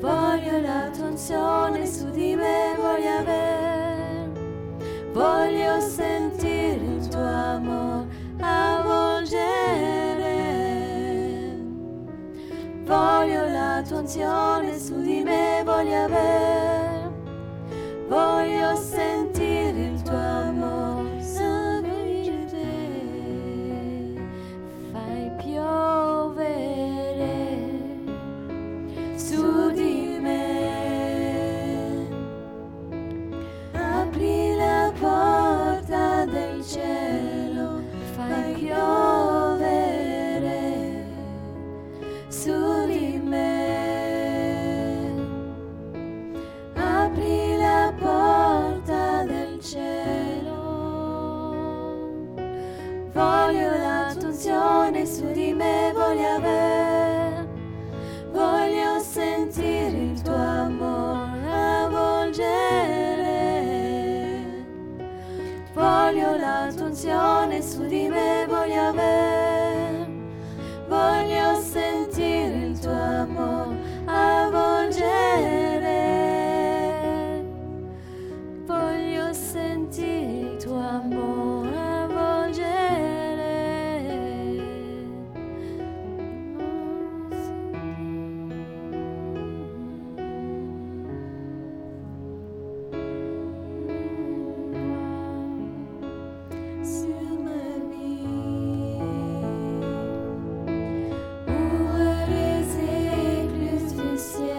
E: voglio la tua unzione su di me, voglio avere voglio sentire il tuo amore avvolgere. Voglio la tua unzione su di me, voglio avere, voglio sentire il tuo amore. avvolgere. Fai piovere su di me apri la porta del cielo, fai piovere su di me. Apri la porta del cielo, voglio la tua unzione su di me, voglio avere voglio sentire il tuo amore avvolgere. Voglio la tua unzione su di me, voglio avere, voglio sentire il tuo amore avvolgere. Voglio sentire il tuo amore avvolgere. Sur ma vie, ouvre les écluses du ciel,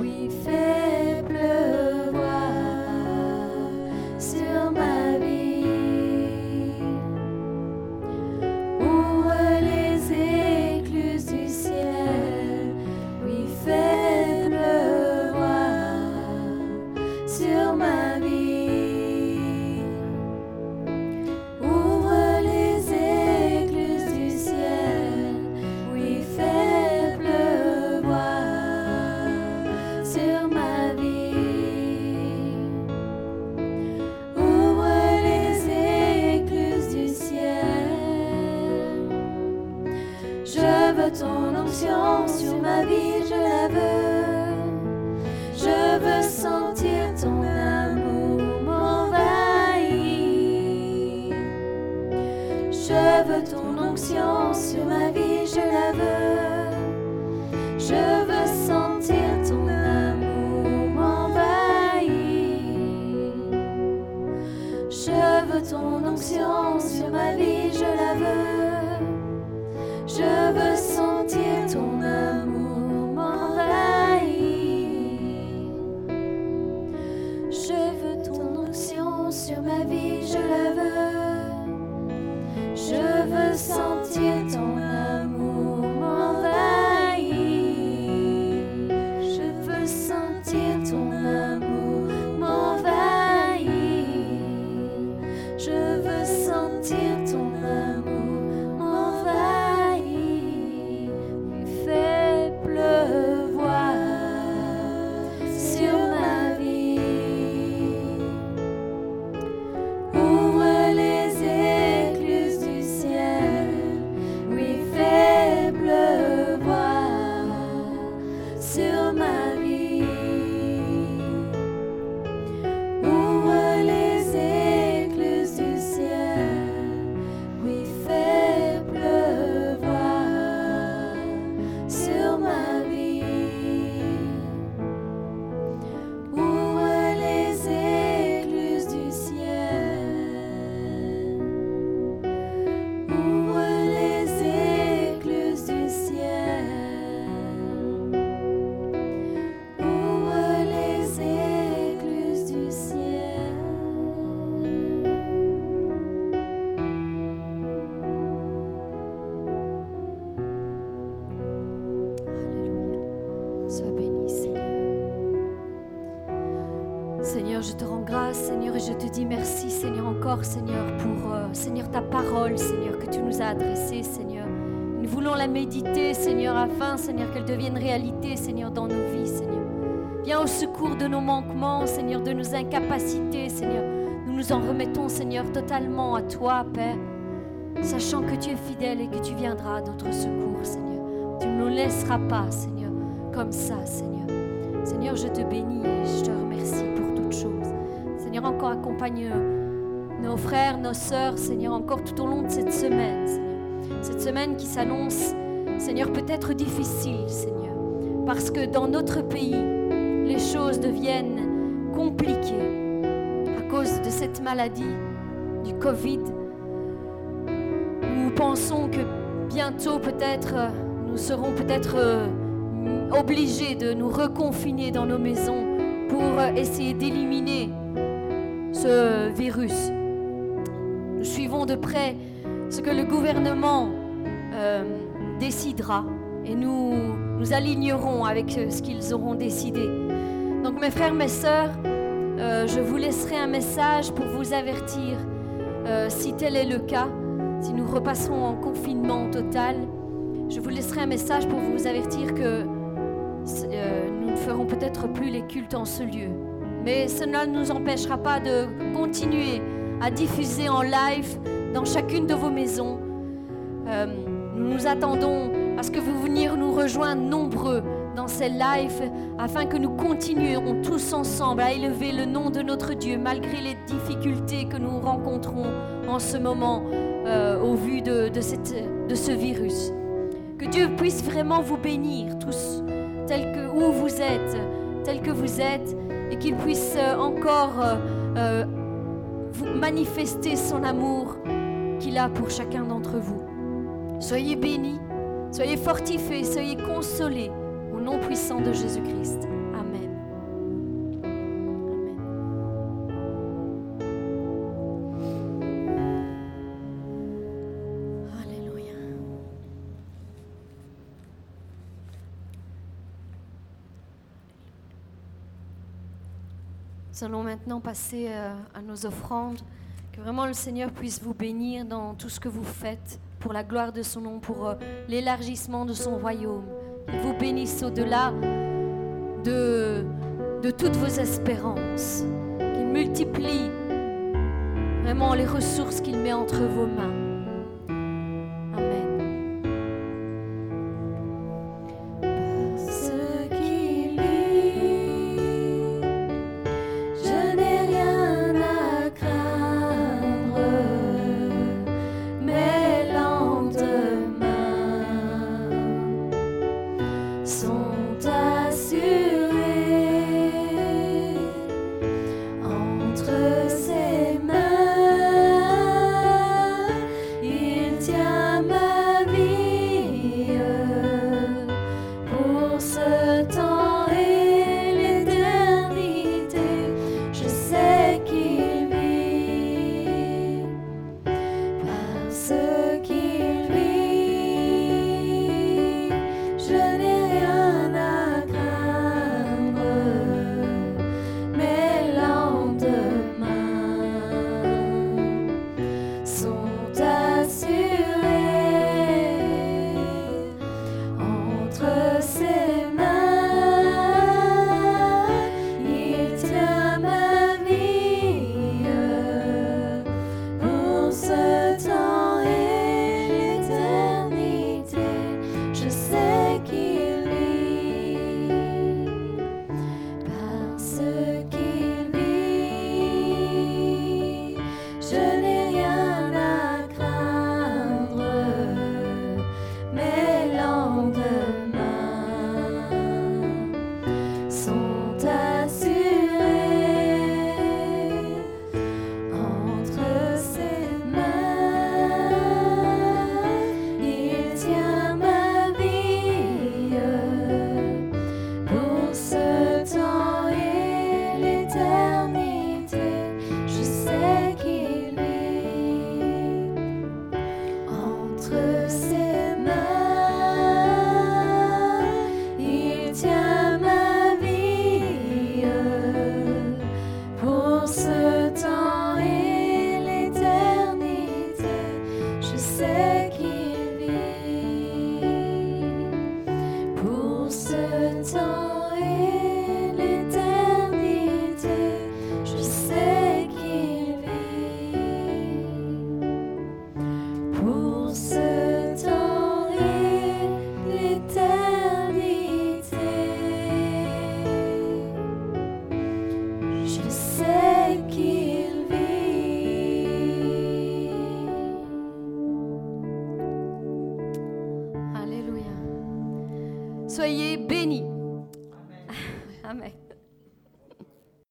E: oui fais pleuvoir sur ma vie. Ouvre les écluses du ciel, oui fais pleuvoir sur ma vie. Ouvre les écluses du ciel, oui fais pleuvoir sur ma vie. Ouvre les écluses du ciel, je veux ton onction sur ma vie, je la veux. Je veux sentir ton amour m'envahir. Je veux ton onction sur ma vie, je la veux. Je veux sentir ton amour m'envahir. Je veux ton onction sur ma vie, je la veux. Je veux sentir ton amour m'envahir. Je veux ton onction sur ma vie, je la veux. Je
F: sur ma vie. Ouvre les écluses du ciel, oui, fais pleuvoir sur ma vie. Ouvre les écluses du ciel. Ouvre les écluses du ciel. Ouvre les écluses du ciel.
E: Alléluia. Sois béni, Seigneur. Seigneur, je te rends grâce, Seigneur, et je te dis merci, Seigneur, encore, Seigneur, pour, euh, Seigneur, ta parole, Seigneur, que tu nous as adressée, Seigneur. Nous voulons la méditer, Seigneur, afin, Seigneur, qu'elle devienne réalité, Seigneur, dans nos vies, Seigneur. Viens au secours de nos manquements, Seigneur, de nos incapacités, Seigneur. Nous nous en remettons, Seigneur, totalement à toi, Père, sachant que tu es fidèle et que tu viendras à notre secours, Seigneur. Tu ne nous laisseras pas, Seigneur, comme ça, Seigneur. Seigneur, je te bénis et je te remercie pour toutes choses. Seigneur, encore accompagne nos frères, nos sœurs, Seigneur, encore tout au long de cette semaine, Seigneur. Cette semaine qui s'annonce, Seigneur, peut-être difficile, Seigneur. Parce que dans notre pays, les choses deviennent compliquées à cause de cette maladie, du Covid. Nous pensons que bientôt peut-être euh, nous serons peut-être euh, obligés de nous reconfiner dans nos maisons pour euh, essayer d'éliminer ce virus. Nous suivons de près ce que le gouvernement euh, décidera et nous nous alignerons avec euh, ce qu'ils auront décidé. Donc mes frères, mes sœurs, euh, je vous laisserai un message pour vous avertir euh, si tel est le cas, si nous repasserons en confinement total. Je vous laisserai un message pour vous avertir que c'est, euh, nous ne ferons peut-être plus les cultes en ce lieu. Mais cela ne nous empêchera pas de continuer à diffuser en live dans chacune de vos maisons. Euh, nous nous attendons à ce que vous veniez nous rejoindre nombreux dans ces lives afin que nous continuions tous ensemble à élever le nom de notre Dieu malgré les difficultés que nous rencontrons en ce moment euh, au vu de, de cette, de ce virus. Que Dieu puisse vraiment vous bénir tous, tels que où vous êtes, tels que vous êtes, et qu'il puisse euh, encore euh, euh, vous manifester son amour qu'il a pour chacun d'entre vous. Soyez bénis, soyez fortifiés, soyez consolés au nom puissant de Jésus-Christ. Amen. Amen. Alléluia. Nous allons maintenant passer euh, à nos offrandes. Que vraiment le Seigneur puisse vous bénir dans tout ce que vous faites pour la gloire de son nom, pour euh, l'élargissement de son royaume. Qu'il vous bénisse au-delà de, de toutes vos espérances. Qu'il multiplie vraiment les ressources qu'il met entre vos mains. Amen.
F: Ce qu'il vit, je n'ai rien à craindre, mes lendemains sont assurés entre ses mains.
E: pour ce temps et l'éternité. Je sais qu'il vit.
G: Alléluia. Soyez bénis. Amen.